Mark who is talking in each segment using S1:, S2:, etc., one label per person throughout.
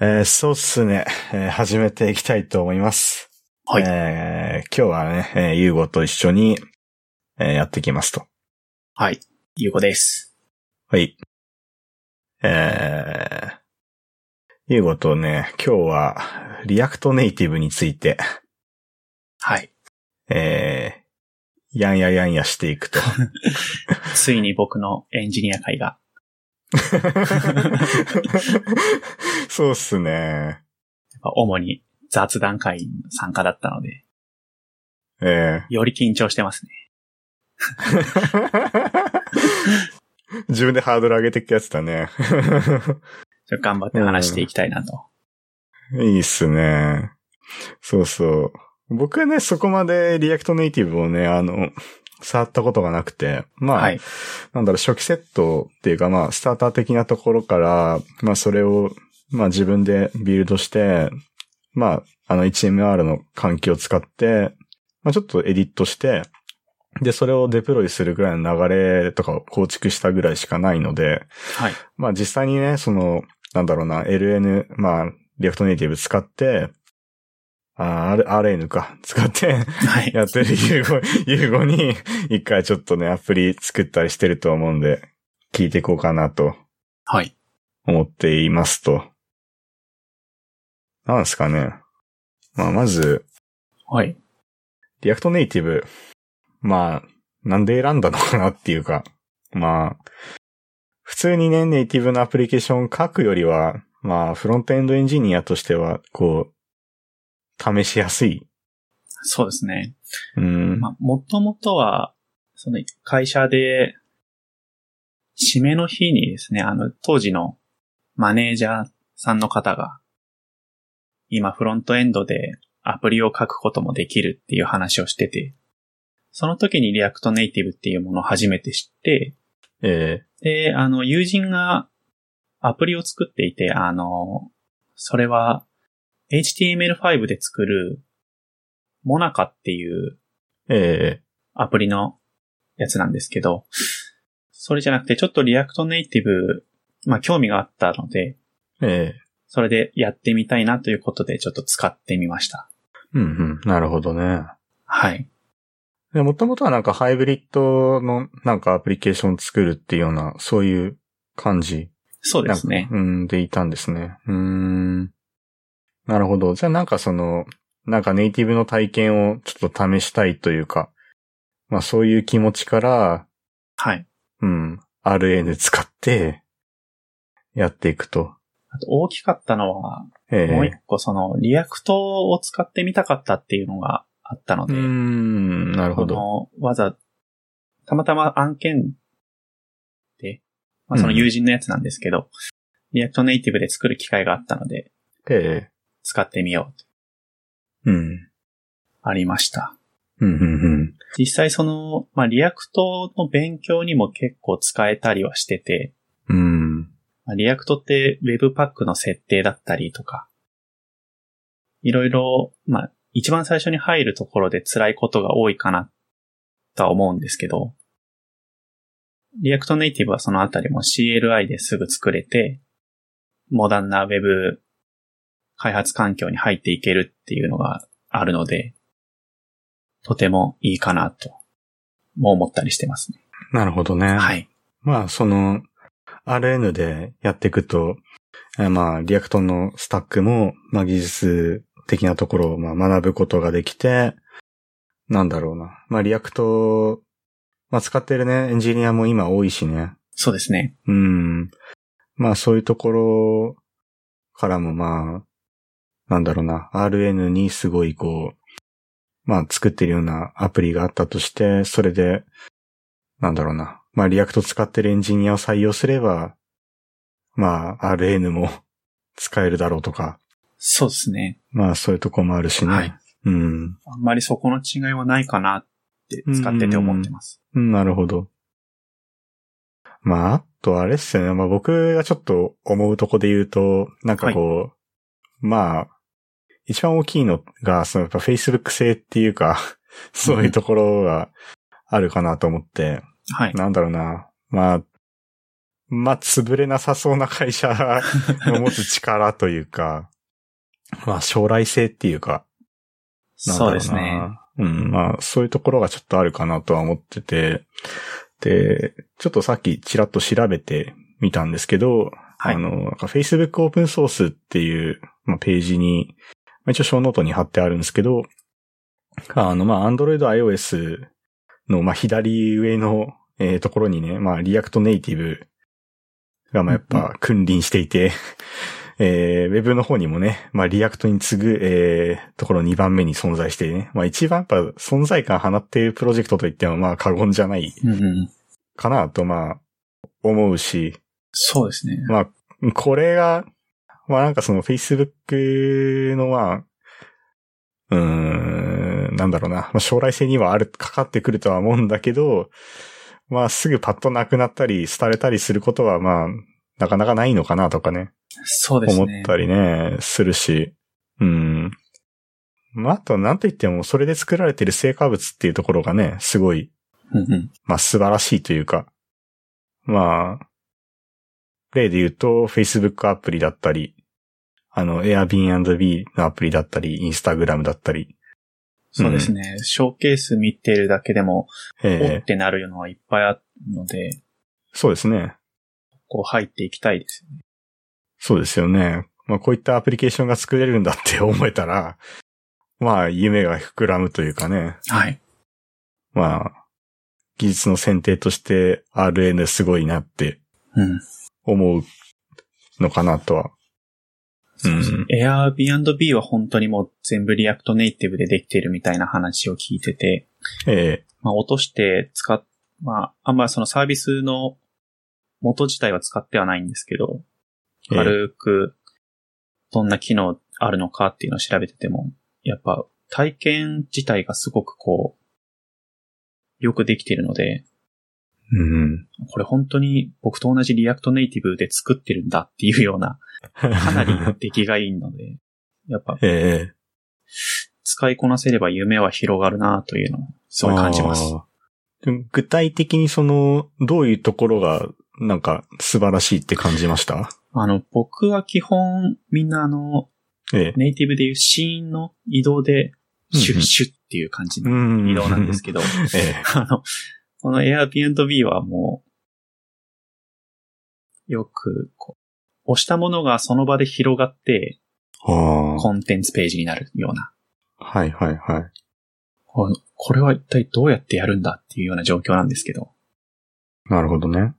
S1: えーそうっすね、えー始めていきたいと思います。
S2: はい
S1: えー今日はね、えー、ゆうごと一緒に、えーやっていきますと。
S2: はい。ゆうこです。
S1: はい。えー、ゆうごとね、今日は、リアクトネイティブについて、
S2: はい。
S1: えー、やんややんやしていく と。
S2: ついに僕のエンジニア会が。
S1: そうっすね。
S2: やっぱ主に雑談会の参加だったので、
S1: え
S2: より緊張してますね。
S1: ー自分でハードル上げてきたやつだね。
S2: ちょっと頑張って話していきたいなと。
S1: いいっすね。そうそう。僕はね、そこまでリアクトネイティブをね、あの、触ったことがなくて、まあ、
S2: はい。
S1: なんだろう、初期セットっていうか、まあ、スターター的なところから、まあ、それを、まあ、自分でビルドして、まあ、あの、HMR の環境を使って、まあ、ちょっとエディットして、で、それをデプロイするぐらいの流れとかを構築したぐらいしかないので、
S2: はい。
S1: まあ実際にね、その、なんだろうな、LN、まあ、リアクトネイティブ使って、あー R- RN か、使って、
S2: はい。
S1: やってるユーゴ、ユーゴに、一回ちょっとね、アプリ作ったりしてると思うんで、聞いていこうかなと
S2: はい。
S1: 思っていますと。なんですかね。まあまず、
S2: はい。
S1: リアクトネイティブ、まあ、なんで選んだのかなっていうか、まあ、普通にね、ネイティブのアプリケーション書くよりは、まあ、フロントエンドエンジニアとしては、こう、試しやすい。
S2: そうですね。
S1: うん。
S2: まあ、もともとは、その会社で、締めの日にですね、あの、当時のマネージャーさんの方が、今フロントエンドでアプリを書くこともできるっていう話をしてて、その時にリアクトネイティブっていうものを初めて知って、
S1: え
S2: で、あの、友人がアプリを作っていて、あの、それは HTML5 で作るモナカっていう
S1: ええ
S2: アプリのやつなんですけど、それじゃなくてちょっとリアクトネイティブ、まあ興味があったので、
S1: えええ
S2: それでやってみたいなということでちょっと使ってみました。
S1: うんうん。なるほどね。
S2: はい。
S1: で、もともとはなんかハイブリッドのなんかアプリケーション作るっていうような、そういう感じ
S2: そうですね。
S1: なんかうん、でいたんですね。うーん。なるほど。じゃあなんかその、なんかネイティブの体験をちょっと試したいというか、まあそういう気持ちから、
S2: はい。
S1: うん、RN 使って、やっていくと。
S2: あと大きかったのは、
S1: ええ
S2: もう一個そのリアクトを使ってみたかったっていうのがあったの
S1: う
S2: で、
S1: ーん、なるほど。
S2: このわざ、たまたま案件で、まあその友人のやつなんですけど、リアクトネイティブで作る機会があったので、
S1: ええ
S2: 使ってみようと、
S1: うん。
S2: ありました。
S1: うん、うん、うん。
S2: 実際その、まあ、リアクトの勉強にも結構使えたりはしてて、
S1: うん。
S2: まあ、リアクトって Webpack の設定だったりとか、いろいろ、まあ、一番最初に入るところで辛いことが多いかなとは思うんですけど、リアクトネイティブはそのあたりも CLI ですぐ作れて、モダンな Web 開発環境に入っていけるっていうのがあるので、とてもいいかなと、も思ったりしてますね。
S1: なるほどね。
S2: はい。
S1: まあ、その、RN でやっていくと、えーまあ、リアクトのスタックも、まあ、技術的なところを、まあ、学ぶことができて、なんだろうな。まあ、リアクト、まあ、使ってるね、エンジニアも今多いしね。
S2: そうですね。
S1: うん。まあ、そういうところからも、まあ、なんだろうな。RN にすごい、こう、まあ、作ってるようなアプリがあったとして、それで、なんだろうな。まあ、リアクト使ってるエンジニアを採用すれば、まあ、RN も 使えるだろうとか、
S2: そうですね。
S1: まあ、そういうとこもあるしね。
S2: はい
S1: うん。
S2: あんまりそこの違いはないかなって使ってて思ってます。
S1: うんなるほど。まあ、あとあれっすよね。まあ僕がちょっと思うとこで言うと、なんかこう、まあ、一番大きいのが、そのやっぱ Facebook 性っていうか、 そういうところがあるかなと思って、
S2: はい。
S1: なんだろうな。まあ、まあ、潰れなさそうな会社の持つ力というか、 まあ、将来性っていうか、なんだ
S2: そ
S1: ろ
S2: う
S1: な
S2: ですね。。
S1: うん、まあ、そういうところがちょっとあるかなとは思ってて、で、ちょっとさっきちらっと調べてみたんですけど、
S2: はい
S1: あの、なんか Facebook オープンソースっていう、まあ、ページに、まあ、一応小ノートに貼ってあるんですけど、あの、まあ、Android iOS の、まあ、左上の、えーところにね、まあ、リアクトネイティブが、まあ、やっぱ、君臨していて、 えー、ウェブの方にもね、まあ、リアクトに次ぐ、えー、ところ2番目に存在してね、まあ、一番やっぱ存在感放っているプロジェクトといっても、まあ、過言じゃない
S2: うんうん。
S1: かなと、まあ、思うし、
S2: そうですね。
S1: まあ、これが、まあなんかその Facebook のまあ、うーん、なんだろうな、まあ、将来性にはある、かかってくるとは思うんだけど、まあすぐパッとなくなったり、廃れたりすることはまあ、なかなかないのかなとかね、
S2: そうです
S1: 思っ
S2: ね。
S1: たりね、するし、うん。まああとなんといっても、それで作られてる成果物っていうところがね、すごい
S2: うんうん。
S1: まあ素晴らしいというか、まあ、例で言うと Facebook アプリだったり、あの Airbnb のアプリだったり、Instagram だったり、
S2: そうですね。ショーケース見てるだけでも、お
S1: え
S2: っ
S1: え
S2: てなるのはいっぱいあるので、
S1: そうですね。
S2: こう入っていきたいですよね。
S1: そうですよね。まあこういったアプリケーションが作れるんだって 思えたら、まあ夢が膨らむというかね、
S2: はい。
S1: まあ、技術の選定として RN すごいなって
S2: うん。
S1: 思うのかなとは。うん
S2: Airbnb は本当にもう全部リアクトネイティブでできているみたいな話を聞いてて、
S1: え
S2: まあ落として使っ、まああんまりそのサービスの元自体は使ってはないんですけど、
S1: ええ
S2: 軽くどんな機能あるのかっていうのを調べてても、やっぱ体験自体がすごくこう、よくできているので、
S1: えうん。
S2: これ本当に僕と同じリアクトネイティブで作ってるんだっていうような、
S1: か
S2: かなり出来がいいので、やっぱ
S1: ええ
S2: 使いこなせれば夢は広がるなというのをすごい感じます。
S1: あー。でも具体的にその、どういうところが、なんか、素晴らしいって感じました
S2: あの、僕は基本みんなあの、
S1: ええ。
S2: ネイティブでいうシーンの移動で、シュ
S1: うんう
S2: ッ
S1: ん
S2: シュッっていう感じの
S1: ん
S2: 移動なんですけど、
S1: ど。 え
S2: あの、この Airbnb はもう、よくこう、押したものがその場で広がって、
S1: え。ああ。
S2: コンテンツページになるような、
S1: はいはいはい。
S2: ここれは一体どうやってやるんだっていうような状況なんですけど、
S1: なるほどね。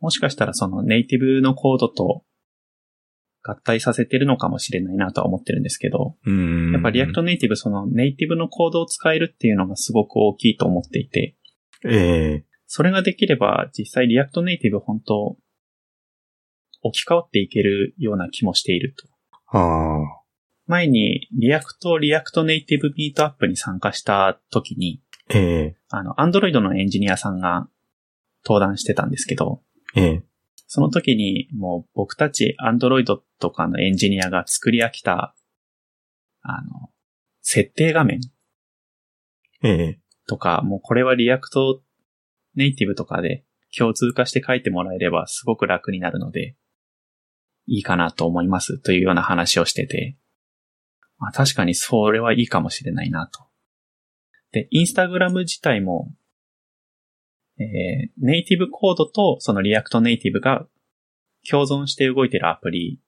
S2: もしかしたらそのネイティブのコードと合体させてるのかもしれないなとは思ってるんですけど、
S1: うん。
S2: やっぱリアクトネイティブそのネイティブのコードを使えるっていうのがすごく大きいと思っていて、
S1: ええ。
S2: それができれば実際リアクトネイティブ本当置き換わっていけるような気もしていると。
S1: ああ。
S2: 前にリアクトリアクトネイティブミートアップに参加した時に、
S1: ええ。
S2: あの、アンドロイドのエンジニアさんが登壇してたんですけど、
S1: ええ。
S2: その時に、もう僕たち Android とかのエンジニアが作り飽きた、あの、設定画面
S1: ええ。
S2: とか、もうこれはリアクトネイティブとかで共通化して書いてもらえればすごく楽になるので、いいかなと思いますというような話をしてて、まあ、確かにそれはいいかもしれないなと。で、インスタグラム自体も、えーネイティブコードとそのリアクトネイティブが共存して動いてるアプリ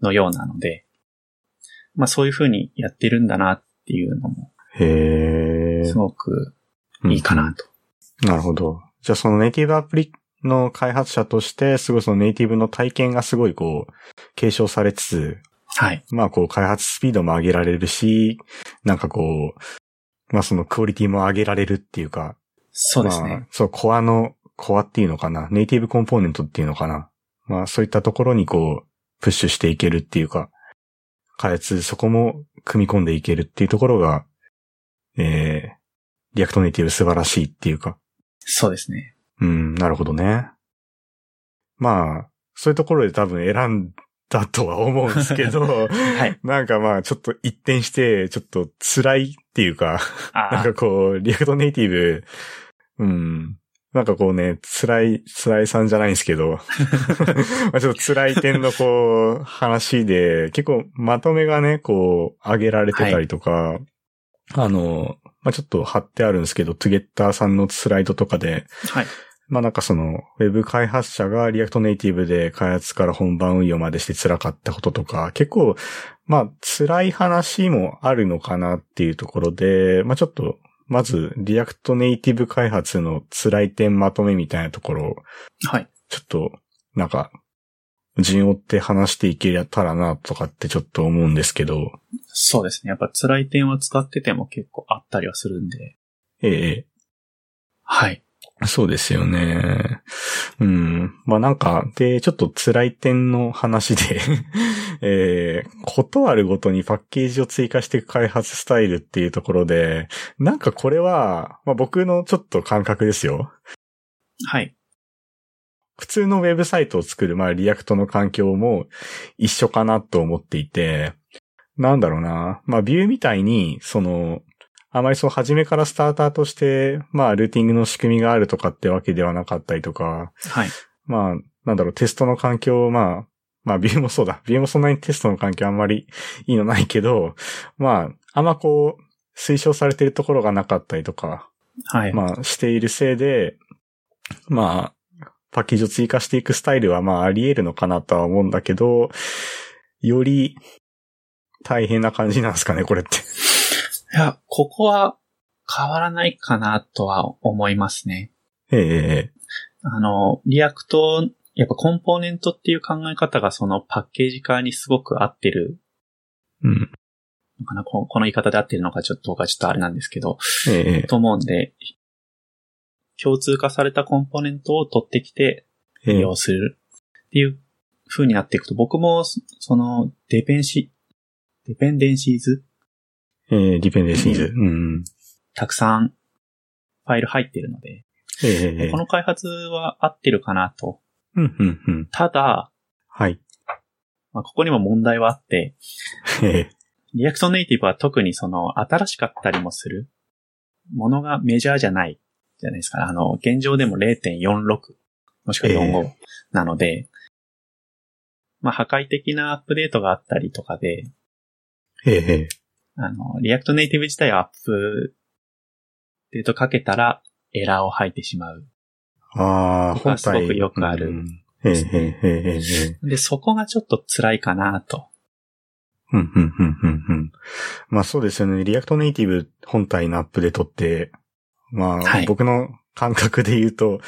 S2: のようなので、まあそういう風にやってるんだなっていうのも、
S1: へえ
S2: す。ごくいいかなと。
S1: なるほど。じゃあそのネイティブアプリの開発者として、すごいそのネイティブの体験がすごいこう、継承されつつ、
S2: はい。
S1: まあこう開発スピードも上げられるし、なんかこう、まあそのクオリティも上げられるっていうか、
S2: そうです
S1: まあ
S2: ね。
S1: そう、コアの、コアっていうのかな、ネイティブコンポーネントっていうのかな。まあそういったところにこう、プッシュしていけるっていうか、開発、そこも組み込んでいけるっていうところが、えー、リアクトネイティブ素晴らしいっていうか、
S2: そうですね。
S1: うん、なるほどね。まあ、そういうところで多分選んだとは思うんですけど、
S2: はい。
S1: なんかまあ、ちょっと一転して、ちょっと辛いっていうか、
S2: あ
S1: なん
S2: あ
S1: かこう、リアクトネイティブ、うん、なんかこうね、辛い、辛いさんじゃないんですけど、まあちょっと辛い点のこう、話で、結構まとめがね、こう、上げられてたりとか、あの、まあちょっと貼ってあるんですけど、トゥゲッターさんのスライドとかで、
S2: はい。
S1: まあなんかその、ウェブ開発者がリアクトネイティブで開発から本番運用までして辛かったこととか、結構、まあ辛い話もあるのかなっていうところで、まあちょっと、まず、リアクトネイティブ開発の辛い点まとめみたいなところを、
S2: はい。
S1: ちょっと、なんか、順を追って話していけたらなとかってちょっと思うんですけど、
S2: そうですね。やっぱ辛い点は使ってても結構あったりはするんで。
S1: ええ、
S2: はい。
S1: そうですよね。うん。まあなんか、で、ちょっと辛い点の話で、 えー、ことあるごとにパッケージを追加していく開発スタイルっていうところで、なんかこれは、まあ僕のちょっと感覚ですよ。
S2: はい。
S1: 普通のウェブサイトを作る、まあリアクトの環境も一緒かなと思っていて、なんだろうな。まあビューみたいに、その、あまりそう初めからスターターとして、まあルーティングの仕組みがあるとかってわけではなかったりとか、
S2: はい。
S1: まあ、なんだろう、テストの環境を、まあ、まあ、ビューもそうだ。ビューもそんなにテストの環境あんまりいいのないけど、まあ、あんまこう、推奨されてるところがなかったりとか、
S2: はい。
S1: まあ、しているせいで、まあ、パッケージを追加していくスタイルは、まあ、あり得るのかなとは思うんだけど、より、大変な感じなんですかね、これって。
S2: いや、ここは変わらないかなとは思いますね。
S1: ええ
S2: あの、リアクト、やっぱコンポーネントっていう考え方がそのパッケージ化にすごく合ってる
S1: うん。
S2: のかな。ここの言い方で合ってるのかちょっと僕はちょっとあれなんですけど、
S1: ええ
S2: と思うんで、共通化されたコンポーネントを取ってきて
S1: え
S2: 利
S1: え
S2: 用するっていう風になっていくと、僕もそそのデペンシ、デペンデンシーズ
S1: ええディペンデンシーズ。うん。
S2: たくさんファイル入ってるので、
S1: ええええ
S2: この開発は合ってるかなと。
S1: うん、うん、うん。
S2: ただ、
S1: はい。
S2: まあ、ここにも問題はあって、
S1: ええ
S2: リアクトネイティブは特にその新しかったりもするものがメジャーじゃないじゃないですか。あの、現状でも0.46もしくは
S1: え
S2: 45なので、まあ破壊的なアップデートがあったりとかで、
S1: ええ
S2: あの、リアクトネイティブ自体をアップデートかけたらエラーを吐いてしまう。
S1: ああ、
S2: 僕は
S1: 本
S2: すごく
S1: 体。
S2: よくある
S1: うん。ええええええええ。
S2: で、そこがちょっと辛いかなと。
S1: うん、うん、うん、うん、うん。まあそうですよね。リアクトネイティブ本体のアップデートって、まあ、
S2: はい
S1: 僕の感覚で言うと、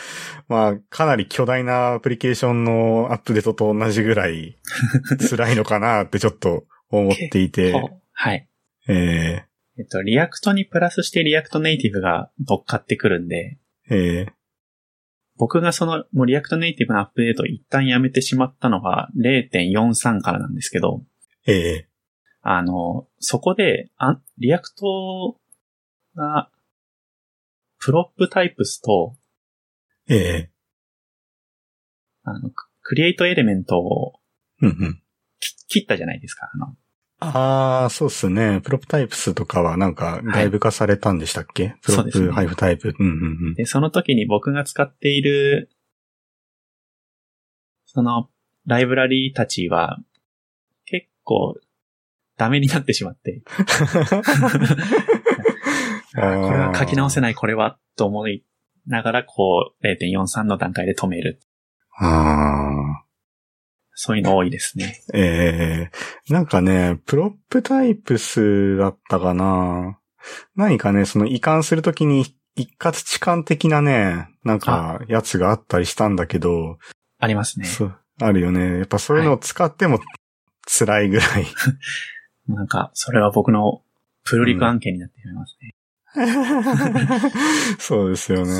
S1: まあかなり巨大なアプリケーションのアップデートと同じぐら い辛いのかなってちょっと思っていて、
S2: ほうはい。
S1: ええ
S2: えっと、リアクトにプラスしてリアクトネイティブが乗っかってくるんで、
S1: ええ
S2: 僕がその、もうリアクトネイティブのアップデートを一旦やめてしまったのが0.43からなんですけど、
S1: ええ
S2: あの、そこで、あリアクトが、プロップタイプスと、
S1: ええ
S2: あの、ククリエイトエレメントを
S1: うん、うん。
S2: き切ったじゃないですか。あの、
S1: ああ、そうっすね。プロプタイプスとかはなんか外部化されたんでしたっけ、プロ
S2: そうです
S1: プ
S2: ね
S1: ハイフタイプ。うん、うん、うん。
S2: で、その時に僕が使っている、その、ライブラリーたちは、結構、ダメになってしまって、
S1: あ
S2: あこれは書き直せ
S1: ない。
S2: ない、これは、と思いながら、こう、0.43の段階で止める。
S1: ああ。
S2: そういうの多いですね。
S1: ええなんかね、プロップタイプスだったかな。何かね、その移管するときに一括置換的なね、なんかやつがあったりしたんだけど、
S2: ありますね。
S1: そう、あるよね。やっぱそういうのを使っても辛いぐら い。
S2: なんか、それは僕のプルリク案件になってしまいますね。
S1: そうですよね。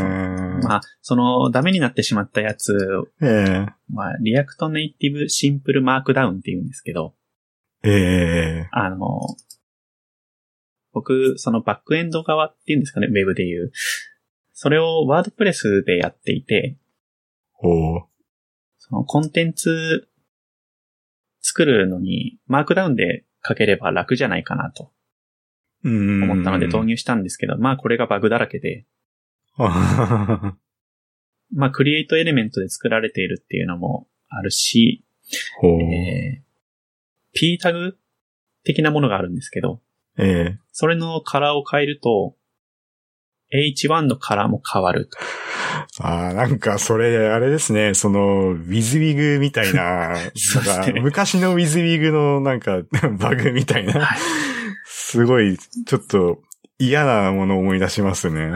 S2: まあ、その、ダメになってしまったやつ、
S1: ええ
S2: まあ、リアクトネイティブシンプルマークダウンって言うんですけど、
S1: ええ
S2: あの、僕、そのバックエンド側っていうんですかね、ウェブで言う。それをワードプレスでやっていて、
S1: おう
S2: そのコンテンツ作るのにマークダウンで書ければ楽じゃないかなと
S1: うん
S2: 思ったので導入したんですけど、まあこれがバグだらけで、
S1: 入。
S2: まあ、クリエイトエレメントで作られているっていうのもあるし、
S1: ほう。
S2: えー、P タグ的なものがあるんですけど、
S1: ええ
S2: それのカラーを変えると、H1 のカラーも変わると。
S1: ああ、なんか、それ、あれですね、その、ウィズウィグみたいな、
S2: そうですね
S1: なんか昔のウィズウィグの、なんか、 バグみたいな
S2: はい、
S1: すごい、ちょっと、嫌なものを思い出しますね。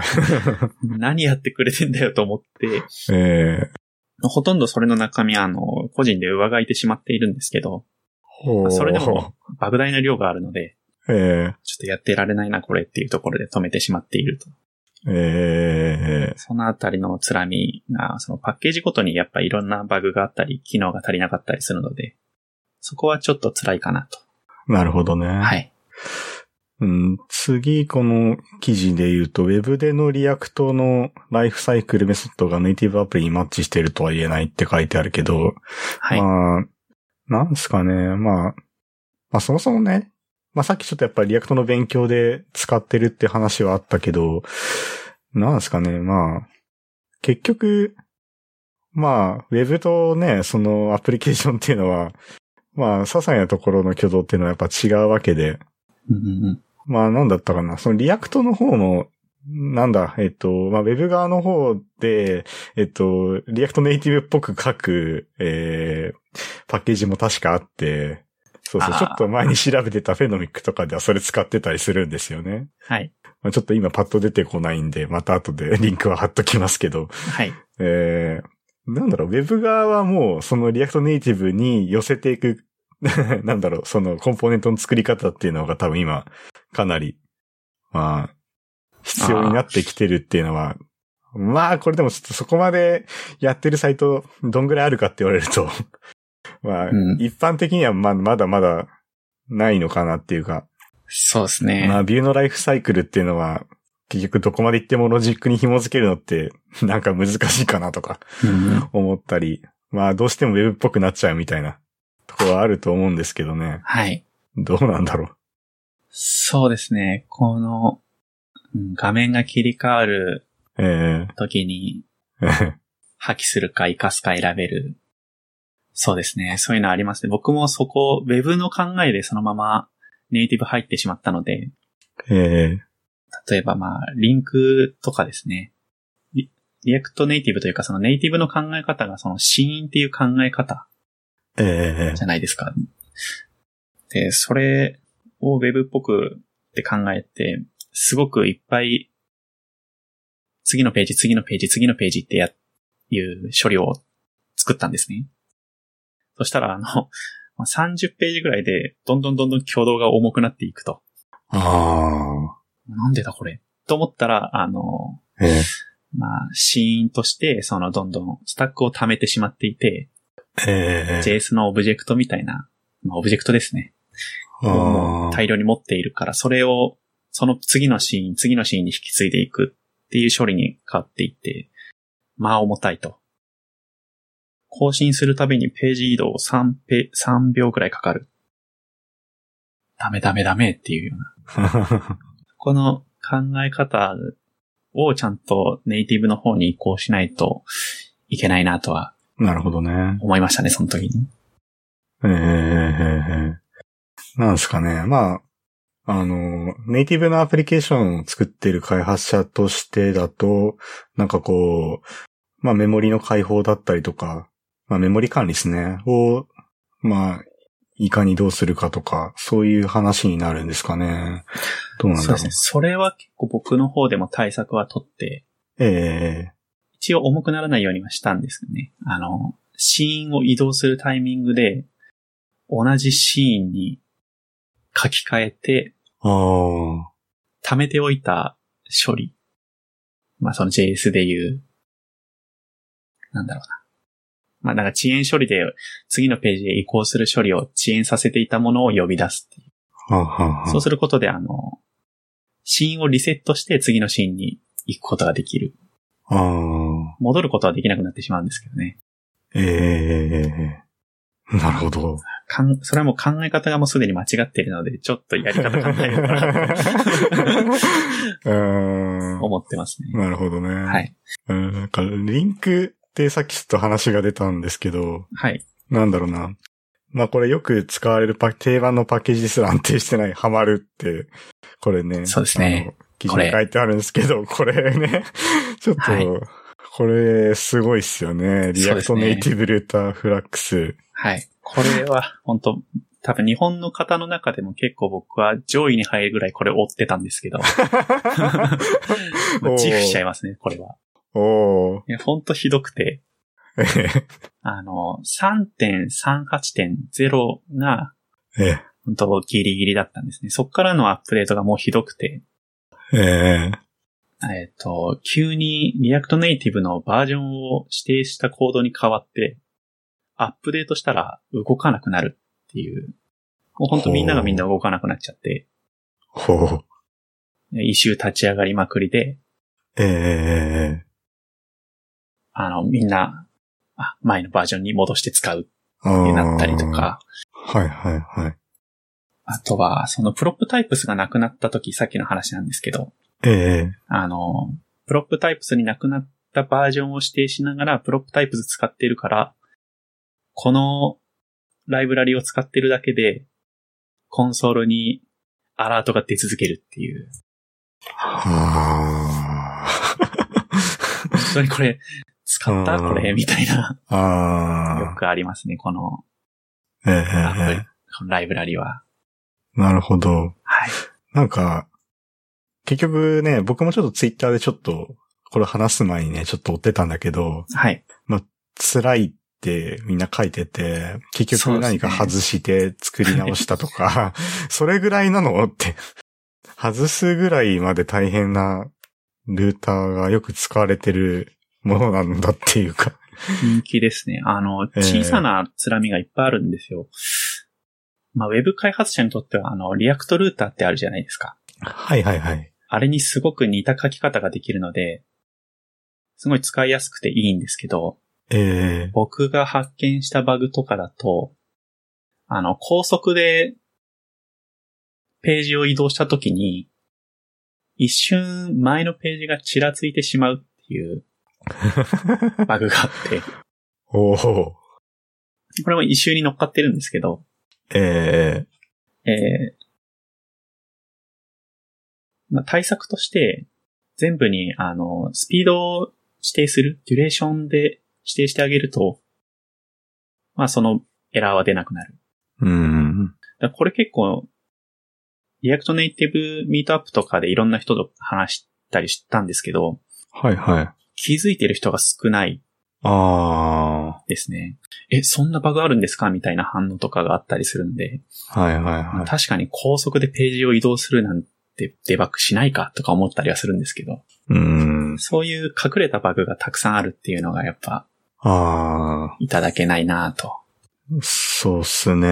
S2: 何やってくれてんだよと思って、
S1: ええ
S2: ほとんどそれの中身は、あの、個人で上書いてしまっているんですけど、
S1: ほう。
S2: それでも、莫大な量があるので、
S1: え
S2: ちょっとやってられないな、これっていうところで止めてしまっていると。
S1: えええ
S2: そのあたりのつらみが、そのパッケージごとにやっぱいろんなバグがあったり、機能が足りなかったりするので、そこはちょっと辛いかなと。
S1: なるほどね。
S2: はい。
S1: うん、次、この記事で言うと、ウェブでのリアクトのライフサイクルメソッドがネイティブアプリにマッチしてるとは言えないって書いてあるけど、
S2: はい。
S1: まあ、なんですかね、まあ、まあそもそもね、まあさっきちょっとやっぱりリアクトの勉強で使ってるって話はあったけど、なんですかね、まあ、結局、まあ、ウェブとね、そのアプリケーションっていうのは、まあ、些細なところの挙動っていうのはやっぱ違うわけで、
S2: うんうんうん
S1: まあなんだったかな。そのリアクトの方の、なんだ、えっと、まあウェブ側の方で、えっと、リアクトネイティブっぽく書く、えー、パッケージも確かあって、そうそう、
S2: あー
S1: ちょっと前に調べてたフェノミックとかではそれ使ってたりするんですよね。
S2: はい。
S1: まあ、ちょっと今パッと出てこないんで、また後で リンクは貼っときますけど、
S2: はい。
S1: えー、なんだろう、ウェブ側はもう、そのリアクトネイティブに寄せていく、 なんだろう、そのコンポーネントの作り方っていうのが多分今、かなり、まあ、必要になってきてるっていうのは、まあ、これでもちょっとそこまでやってるサイト、どんぐらいあるかって言われると、 まあ、
S2: うん
S1: 一般的にはまあまだまだないのかなっていうか、
S2: そうですね。
S1: まあ、ビューのライフサイクルっていうのは、結局どこまで行ってもロジックに紐づけるのって、なんか難しいかなとか
S2: うんうん
S1: 思ったり、まあ、どうしてもウェブっぽくなっちゃうみたいなところはあると思うんですけどね。
S2: はい。
S1: どうなんだろ
S2: そうですね。この、うん画面が切り替わる
S1: う。え
S2: 時に
S1: え
S2: 破棄するか生かすか選べる。そうですね。そういうのありますね。僕もそこ、ウェブの考えでそのままネイティブ入ってしまったので、
S1: ええ
S2: 例えばまあ、リンクとかですね。リリアクトネイティブというか、そのネイティブの考え方がそのシーンっていう考え方
S1: ええ
S2: じゃないですか。で、それをウェブっぽくって考えて、すごくいっぱい、次のページ、次のページ、次のページってや、いう処理を作ったんですね。そしたら、あの、まあ30ページぐらいで、どんどんどんどん挙動が重くなっていくと。
S1: あ
S2: なんでだこれと思ったら、あの、
S1: あ、え
S2: まあ、シーンとして、そのどんどんスタックを貯めてしまっていて、
S1: えええ
S2: JS のオブジェクトみたいな、まあ、オブジェクトですね。
S1: ああ
S2: 大量に持っているから、それを、その次のシーン、次のシーンに引き継いでいくっていう処理に変わっていって、まあ重たいと。更新するたびにページ移動を 3, ペ3秒くらいかかる。ダメダメダメっていうような。この考え方をちゃんとネイティブの方に移行しないといけないなとは
S1: なるほどね。
S2: 思いましたね、その時に。
S1: えええええなんですかね。まあ、あの、ネイティブのアプリケーションを作ってる開発者としてだと、なんかこう、まあメモリの解放だったりとか、まあメモリ管理ですね、を、まあ、いかにどうするかとか、そういう話になるんですかね。どうなんだ
S2: そ
S1: ろ
S2: うです
S1: う。
S2: ね。それは結構僕の方でも対策は取って、
S1: ええ
S2: 一応重くならないようにはしたんですよね。あの、シーンを移動するタイミングで、同じシーンに書き換えて、
S1: あ
S2: 貯めておいた処理。まあ、その JS でいう、なんだろうな。まあ、なんか遅延処理で、次のページへ移行する処理を遅延させていたものを呼び出すっていう
S1: あ、はあはあ
S2: そうすることで、あの、シーンをリセットして次のシーンに行くことができる。
S1: ああ。
S2: 戻ることはできなくなってしまうんですけどね。
S1: ええええええなるほど。
S2: かん、それはもう考え方がもうすでに間違っているので、ちょっとやり方考えようか な
S1: うー
S2: と
S1: ん
S2: 思ってますね。
S1: なるほどね。
S2: は。
S1: はいうん、なんか、リンクってさっきちょっと話が出たんですけど、
S2: はい。
S1: なんだろうな。まあこれよく使われるパ定番のパッケージですら安定してない、ハマるって、これね。
S2: そうですね
S1: あの。記事に書いてあるんですけど、これ ね、ちょっと、
S2: はい
S1: これすごいっすよね。リアクトネイティブレーターフラックス。
S2: はい。これは、本当多分日本の方の中でも結構僕は上位に入るぐらいこれ追ってたんですけど、もう自負しちゃいますね、これは。
S1: おー。
S2: いや、ほんとひどくて、
S1: え
S2: あの、3.38.0が、
S1: え、え
S2: 本当ギリギリだったんですね。そっからのアップデートがもうひどくて、
S1: え、え
S2: えっ、と、急にリアクトネイティブのバージョンを指定したコードに変わって、アップデートしたら動かなくなるっていう、もうほんとみんながみんな動かなくなっちゃって、
S1: ほう。
S2: 一周立ち上がりまくりで、
S1: ええ、
S2: あの、みんな、あ前のバージョンに戻して使うって
S1: あー
S2: なったりと。か、
S1: はいはいはい。
S2: あとは、そのプロップタイプスがなくなった時、さっきの話なんですけど、
S1: ええ、
S2: あの、プロップタイプスになくなったバージョンを指定しながら、プロップタイプス使ってるから、このライブラリを使ってるだけで、コンソールにアラートが出続けるっていう。
S1: は
S2: 本当にこれ、使った
S1: うん
S2: これみたいな。
S1: あ。あ
S2: よ
S1: あ。
S2: くありますね、この
S1: ええ
S2: アプリ
S1: え
S2: このライブラリは。
S1: え、なるほど。
S2: はい。
S1: なんか、結局ね、僕もちょっとツイッターでちょっと、これ話す前にね、ちょっと追ってたんだけど、
S2: はい。
S1: 辛いってみんな書いてて、結
S2: そう
S1: 局
S2: です
S1: 何
S2: ね
S1: か外して作り直したとか、それぐらいなのって、外すぐらいまで大変なルーターがよく使われてるものなんだっていうか。
S2: 人気ですね。あの、
S1: ええ
S2: 小さなつらみがいっぱいあるんですよ。まあ、ウェブ開発者にとっては、あの、リアクトルーターってあるじゃないですか。
S1: はいはいはい。
S2: あれにすごく似た書き方ができるので、すごい使いやすくていいんですけど、
S1: ええ
S2: 僕が発見したバグとかだと、あの、高速でページを移動した時に、一瞬前のページがちらついてしまうっていうバグがあって、
S1: おお
S2: これも一周に乗っかってるんですけど、
S1: ええ
S2: えーまあ、対策として、全部に、あの、スピードを指定する、デュレーションで指定してあげると、まあ、そのエラーは出なくなる。
S1: うん。
S2: だからこれ結構、リアクトネイティブミートアップとかでいろんな人と話したりしたんですけど、
S1: はいはい。
S2: 気づいてる人が少ない
S1: あ
S2: ですね。え、そんなバグあるんですかみたいな反応とかがあったりするんで、
S1: あ。はいはい
S2: まあ
S1: はい。
S2: 確かに高速でページを移動するなんてデバッグしないかとか思ったりはするんですけど、
S1: うん。
S2: そういう隠れたバグがたくさんあるっていうのがやっぱ
S1: ああ。
S2: いただけないなぁと。
S1: そうっすね。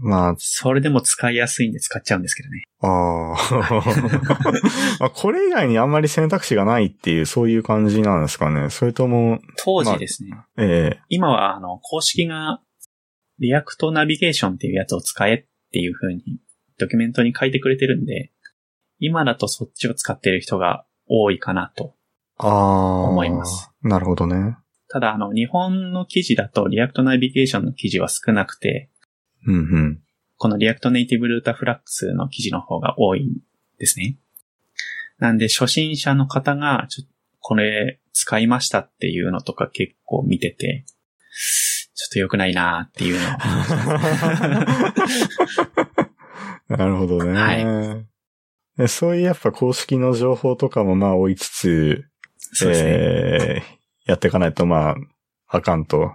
S1: まあ、
S2: それでも使いやすいんで使っちゃうんですけどね。
S1: ああ。 まあこれ以外にあんまり選択肢がないっていう、そういう感じなんですかね。それとも、
S2: 当時ですね、
S1: え
S2: 今はあの公式がリアクトナビゲーションっていうやつを使えっていう風にドキュメントに書いてくれてるんで、今だとそっちを使ってる人が多いかなと。
S1: ああ。
S2: 思います。
S1: なるほどね。
S2: ただあの日本の記事だとリアクトナビゲーションの記事は少なくて、
S1: うん うん。
S2: このリアクトネイティブルータフラックスの記事の方が多いんですね。なんで初心者の方が、ちょこれ使いましたっていうのとか結構見てて、ちょっと良くないなーっていうのを。
S1: なるほどね。
S2: は
S1: でそういうやっぱ公式の情報とかもまあ追いつつ、
S2: そうですね。
S1: えーやっていかないとまあ、あかんと。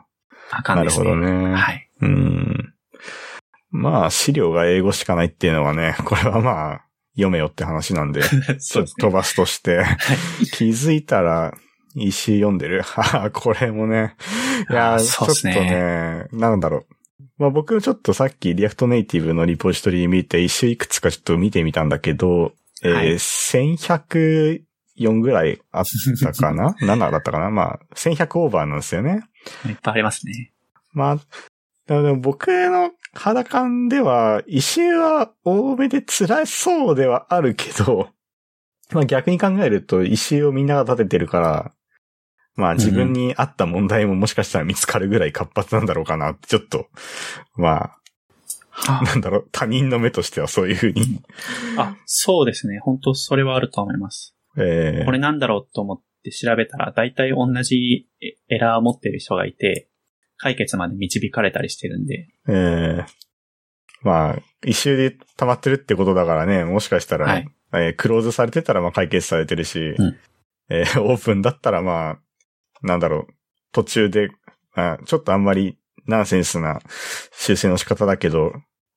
S2: あかんですね。
S1: なるほどね
S2: はい。
S1: うん。まあ、資料が英語しかないっていうのはね、これはまあ、読めよって話なんで、ち
S2: そ
S1: ょ
S2: う
S1: っと
S2: ですね。
S1: 飛ばすとして、気づいたら、石読んでる。 ははこれもね。いや
S2: あ
S1: ー、
S2: ーそうっすね
S1: ちょっとね、なんだろう。まあ僕ちょっとさっきリアクトネイティブのリポジトリ見て、一周いくつかちょっと見てみたんだけど、えー
S2: はい
S1: 1104ぐらいあったかな ?7 だったかなまあ、1100オーバーなんですよね。
S2: いっぱいありますね。
S1: まあ、でもでも僕の肌感では、石は多めで辛そうではあるけど、 まあ逆に考えると、石をみんなが立ててるから、まあ自分に合った問題ももしかしたら見つかるぐらい活発なんだろうかなって、ちょっと、まあ、なんだろう、他人の目としてはそういうふうに、
S2: あ、そうですね。本当それはあると思います。
S1: え
S2: これなんだろうと思って調べたら、大体同じエエラーを持ってる人がいて、解決まで導かれたりしてるんで、
S1: ええまあ、一周で溜まってるってことだからね、もしかしたら、
S2: はい
S1: えークローズされてたらまあ解決されてるし、
S2: うん
S1: えーオープンだったらまあ、なんだろう、途中で、あちょっとあんまりナンセンスな修正の仕方だけど、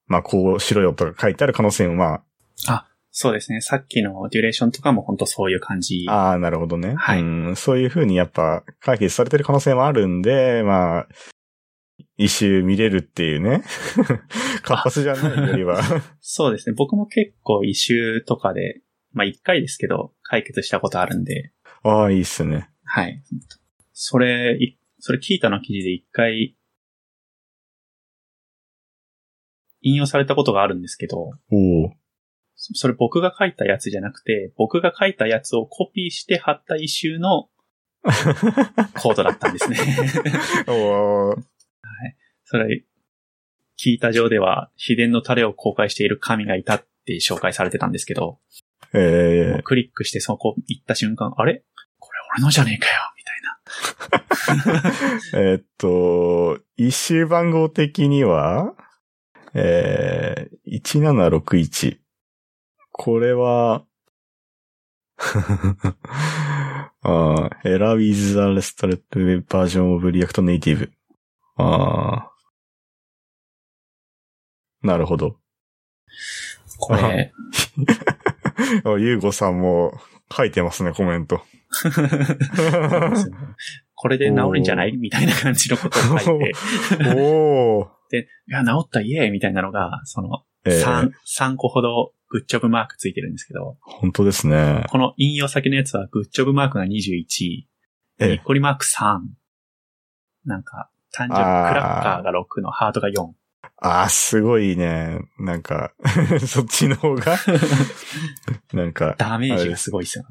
S1: まあこうしろよとか書いてある可能性もま
S2: そうですね。さっきのデュレーションとかも本当そういう感じ。
S1: あ、ああ、なるほどね。
S2: はい
S1: うんそういうふうにやっぱ解決されてる可能性もあるんで、まあ、一周見れるっていう ね。活発じゃないよりは。
S2: そうですね。僕も結構異臭とかで、まあ一回ですけど、解決したことあるんで、
S1: ああ、いいっすね。
S2: はい。それ、いそれ聞いたの記事で一回、引用されたことがあるんですけど、
S1: おお。
S2: そそれ僕が書いたやつじゃなくて、僕が書いたやつをコピーして貼った異臭のコードだったんですね。
S1: おー
S2: それ、聞いた上では、秘伝のタレを公開している神がいたって紹介されてたんですけど、
S1: え
S2: もうクリックしてそこ行った瞬間、あれこれ俺のじゃねえかよみたいな。
S1: ー、えーっと、一周番号的には、えー、1761。これは、 あー Error with the restored web version of React Native. あーなるほど。
S2: これ、
S1: あゆうごさんも書いてますね、コメン ト。
S2: これで治るんじゃないみたいな感じのことを書い て、
S1: おー。
S2: いや、治ったイエーイみたいなのが、その、
S1: え ー
S2: 3、三個ほどグッジョブマークついてるんですけど、
S1: 本当ですね。
S2: この引用先のやつはグッジョブマークが21、
S1: ええ
S2: ニッコリマーク3、なんか、誕生日ク
S1: あー
S2: ラッカーが6のハートが4。
S1: ああ、すごいね。なんか、 そっちの方が、 なんか、
S2: ダメージがすごいですよ。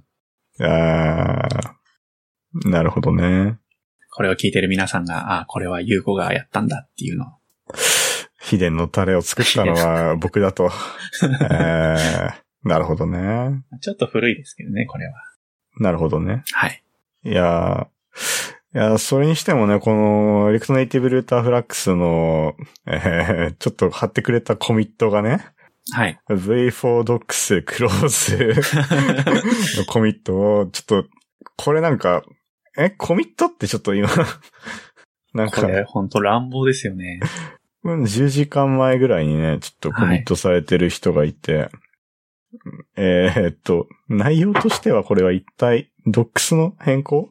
S1: ああ、なるほどね。
S2: これを聞いてる皆さんが、ああ、これは優子がやったんだっていうのを
S1: 秘伝のタレを作ったのは僕だ と。えーなるほどね。
S2: ちょっと古いですけどね、これは。
S1: なるほどね。
S2: はい。
S1: いやー、いやー、それにしてもね、この、エレクトネイティブルーターフラックスの、えーちょっと貼ってくれたコミットがね、
S2: はい。
S1: V4Docs クローズ のコミットを、ちょっと、これなんか、え、コミットってちょっと今、 なん
S2: こ
S1: か、
S2: れ、ほんと乱暴ですよね。
S1: うん10時間前ぐらいにね、ちょっとコミットされてる人がいて、えーっと、内容としてはこれは一体、Docs の変更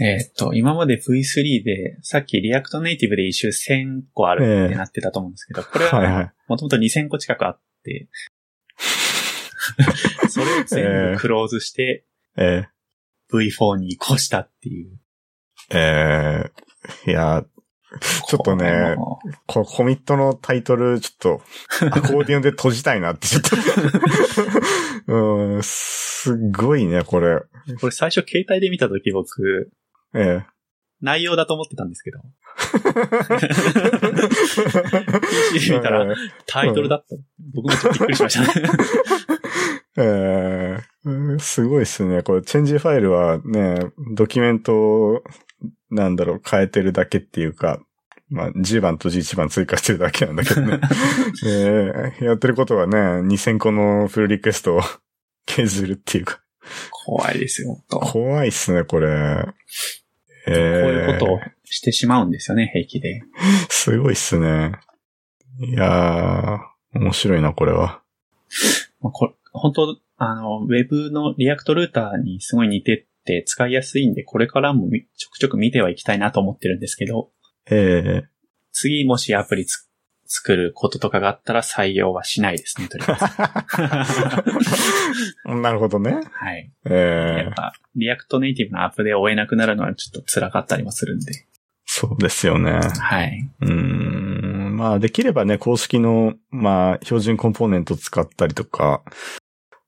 S2: えーっと、今まで V3 で、さっきリアクトネイティブで一周1000個あるってなってたと思うんですけど、これ
S1: はい
S2: は
S1: はい。
S2: もともと2000個近く あって、それを全部クローズして
S1: え
S2: V4 に移行したっていう。
S1: ーえーいやー、ちょっとね、
S2: こ
S1: こ
S2: う
S1: コミットのタイトル、ちょっと、アコーディオンで閉じたいなって、ちょっと。 うん、すっごいね、これ。
S2: これ最初携帯で見たとき僕、
S1: ええ。
S2: 内容だと思ってたんで すけど、PC で見たらタイトルだった。僕もちょっとびっくりしましたね。
S1: え えうんすごいっすね。これ、チェンジファイルはね、ドキュメントを、なんだろう、変えてるだけっていうか、まあ、10番と11番追加してるだけなんだけどね。ええやってることはね、2000個のフルリクエストを 削るっていうか。
S2: 怖いですよ、ほんと。
S1: 怖いっすね、これ。え
S2: こうい
S1: え
S2: うことをしてしまうんですよね、平気で。
S1: すごいっすね。いやー、面白いな、これは。
S2: まあ、これ本当あの、ウェブのリアクトルーターにすごい似てって使いやすいんで、これからもみちょくちょく見てはいきたいなと思ってるんですけど、
S1: え
S2: 次もしアプリつ作ることとかがあったら採用はしないですね、とりあえ ず。
S1: えなるほどね。
S2: はい。
S1: ええ
S2: やっぱ、リアクトネイティブのアップで追えなくなるのはちょっと辛かったりもするんで。
S1: そうですよね。
S2: はい。
S1: うーん。まあ、できればね、公式の、まあ、標準コンポーネント使ったりとか、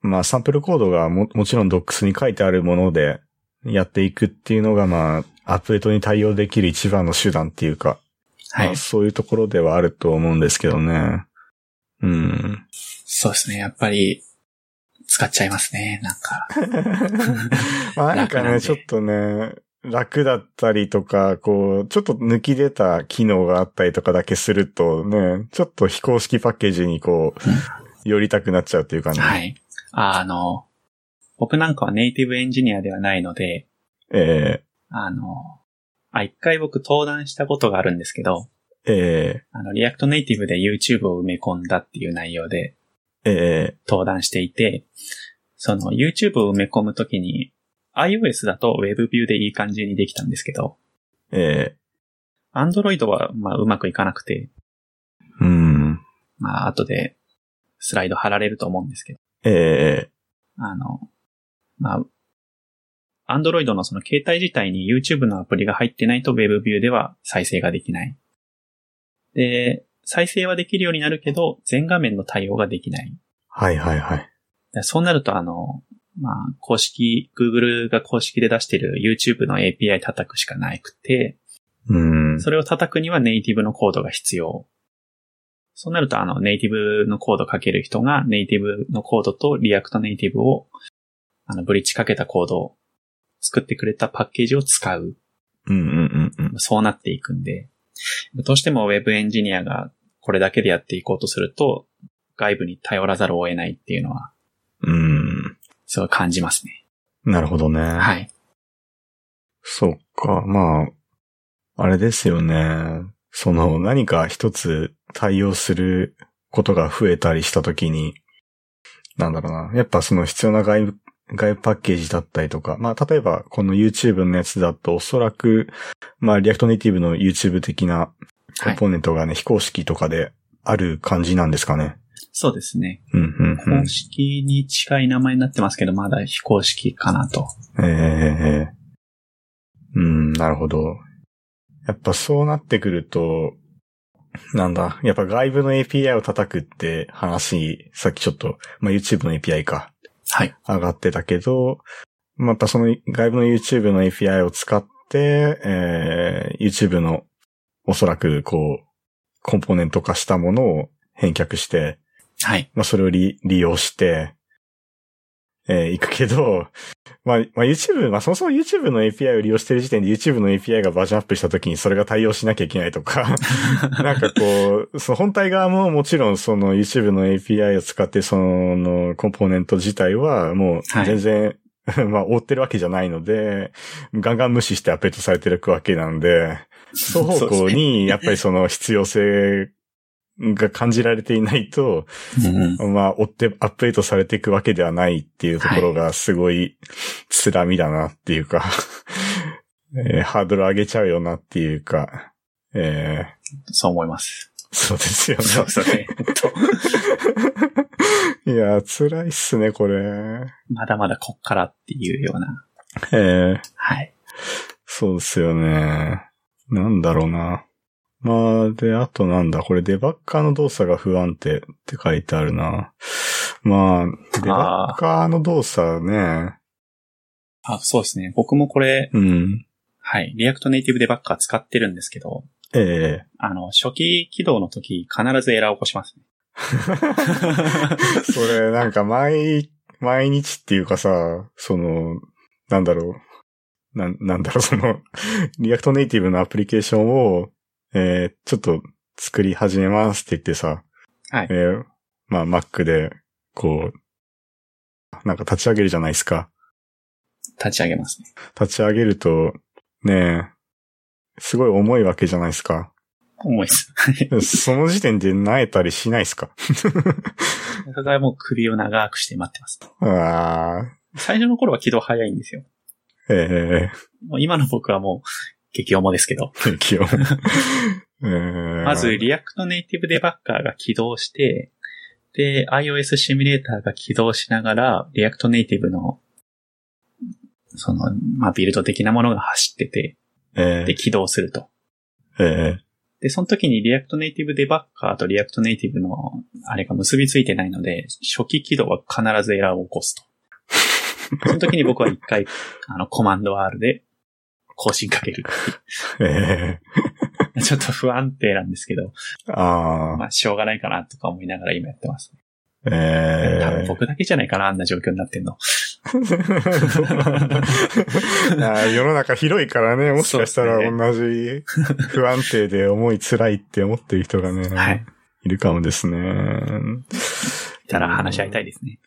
S1: まあ、サンプルコードがも、もちろん DOCS に書いてあるものでやっていくっていうのが、まあ、アップデートに対応できる一番の手段っていうか、
S2: は
S1: まあ
S2: い。
S1: そういうところではあると思うんですけどね。 うん。
S2: そうですね。やっぱり、使っちゃいますね。なんか。
S1: まあ、なんか
S2: 楽なん
S1: ね、
S2: で
S1: ちょっとね、楽だったりとか、こう、ちょっと抜き出た機能があったりとかだけするとね、ちょっと非公式パッケージにこう、寄りたくなっちゃうっていうかね。
S2: はい。あの、僕なんかはネイティブエンジニアではないので、
S1: え
S2: あの、あ、一回僕登壇したことがあるんですけど、
S1: ー、え
S2: あの、リアクトネイティブで YouTube を埋め込んだっていう内容で
S1: ー、え
S2: 登壇していて、その YouTube を埋め込むときに、iOS だと WebView でいい感じにできたんですけど、
S1: ー、え
S2: Android はまあうまくいかなくて、
S1: ー、うん、
S2: まあ後でスライド貼られると思うんですけど、
S1: え
S2: あの、まあ、Android のその携帯自体に YouTube のアプリが入ってないと WebView では再生ができない。で、再生はできるようになるけど、全画面の対応ができない。
S1: ー、はいはいはい。
S2: でそうなると、あの、まあ、公式、Google が公式で出してる YouTube の API 叩くしかなくて、
S1: うん、
S2: それを叩くにはネイティブのコードが必要。そうなると、あの、ネイティブのコードかける人が、ネイティブのコードとリアクトネイティブを、あの、ブリッジかけたコードを作ってくれたパッケージを使う。
S1: うんうんうんうん。
S2: そうなっていくんで、どうしても Web エンジニアがこれだけでやっていこうとすると、外部に頼らざるを得ないっていうのは、
S1: うん、
S2: すごい感じますね。
S1: なるほどね。
S2: はい。
S1: そうか、まあ、あれですよね。その何か一つ対応することが増えたりしたときに、なんだろうな。やっぱその必要な外部、外部パッケージだったりとか、まあ例えばこの YouTube のやつだとおそらく、まあリアクトネイティブの YouTube 的なコ
S2: は
S1: ン
S2: い
S1: ポ。ーネントがね、非公式とかである感じなんですかね。
S2: そうですね。
S1: うんうんうん
S2: 公。式に近い名前になってますけど、まだ非公式かなと。
S1: ええええうん、なるほど。やっぱそうなってくると、なんだ、やっぱ外部の API を叩くって話、さっきちょっと、まあ、YouTube の API か、
S2: はい。
S1: 上がってたけど、まあ、やっぱその外部の YouTube の API を使って、えー、YouTube のおそらくこう、コンポーネント化したものを返却して、
S2: はい。
S1: まあ、それを利利用して、えー行くけど、 まあ、まあ、YouTube、まあ、そもそも YouTube の API を利用してる時点で YouTube の API がバージョンアップした時にそれが対応しなきゃいけないと か、なんかこう、その本体側ももちろんその YouTube の API を使ってそのコンポーネント自体はもう
S2: はい
S1: 全然、 まあ、覆ってるわけじゃないので、ガンガン無視してアップデートされてるわけなんで、双方
S2: そう
S1: 向
S2: ですね
S1: にやっぱりその必要性が感じられていないと、
S2: うんう ん
S1: まあ、追ってアップデートされていくわけではないっていうところがすごい辛みだなっていうか、 えーハードル上げちゃうよなっていうか、えー
S2: そう思います。
S1: そうですよね。
S2: そうですね。えっと
S1: いや、辛いっすね、これ。
S2: まだまだこっからっていうような。
S1: えー
S2: はい。
S1: そうですよね。なんだろうな。まあ、で、あとなんだ、これデバッカーの動作が不安定って書いてあるな。まあ、デバッカーの動作ね。
S2: あ、そうですね。僕もこれ、
S1: うん。
S2: はい。リアクトネイティブデバッカー使ってるんですけど、
S1: ええ
S2: あの、初期起動の時必ずエラーを起こし ますね。
S1: それ、なんか、毎、毎日っていうかさ、その、なんだろう。なん、なんだろう、その、リアクトネイティブのアプリケーションを、えーちょっと作り始めますって言ってさ、
S2: はい
S1: えーまあ、Mac で、こう、なんか立ち上げるじゃないですか。
S2: 立ち上げますね。
S1: 立ち上げると、ねえ、すごい重いわけじゃないですか。
S2: 重いです。
S1: その時点で萎えたりしないですか
S2: お互いもう首を長くして待ってます。
S1: ああ、
S2: 最初の頃は起動早いんですよ。
S1: ええ
S2: もう今の僕はもう、激重ですけど。
S1: 適 応。ま
S2: まず、、リアクトネイティブデバッカーが起動して、で、iOS シミュレーターが起動しながら、リアクトネイティブの、その、まあ、ビルド的なものが走ってて、
S1: え
S2: で、起動すると。
S1: ええ
S2: で、その時に React Native Debugger と React Native のあれが結びついてないので、初期起動は必ずエラーを起こすと。その時に僕は一回、あの、コマンド R で更新かける。
S1: ええ
S2: ちょっと不安定なんですけど、
S1: ああ、
S2: まあ、しょうがないかなとか思いながら今やってます。多 分
S1: ええ
S2: 僕だけじゃないかな、あんな状況になってんの。
S1: あー世の中広いからね、もしかしたら同じ不安定で思い辛いって思ってる人がね、
S2: はい。
S1: いるかもですね。
S2: いたら話し合いたいですね。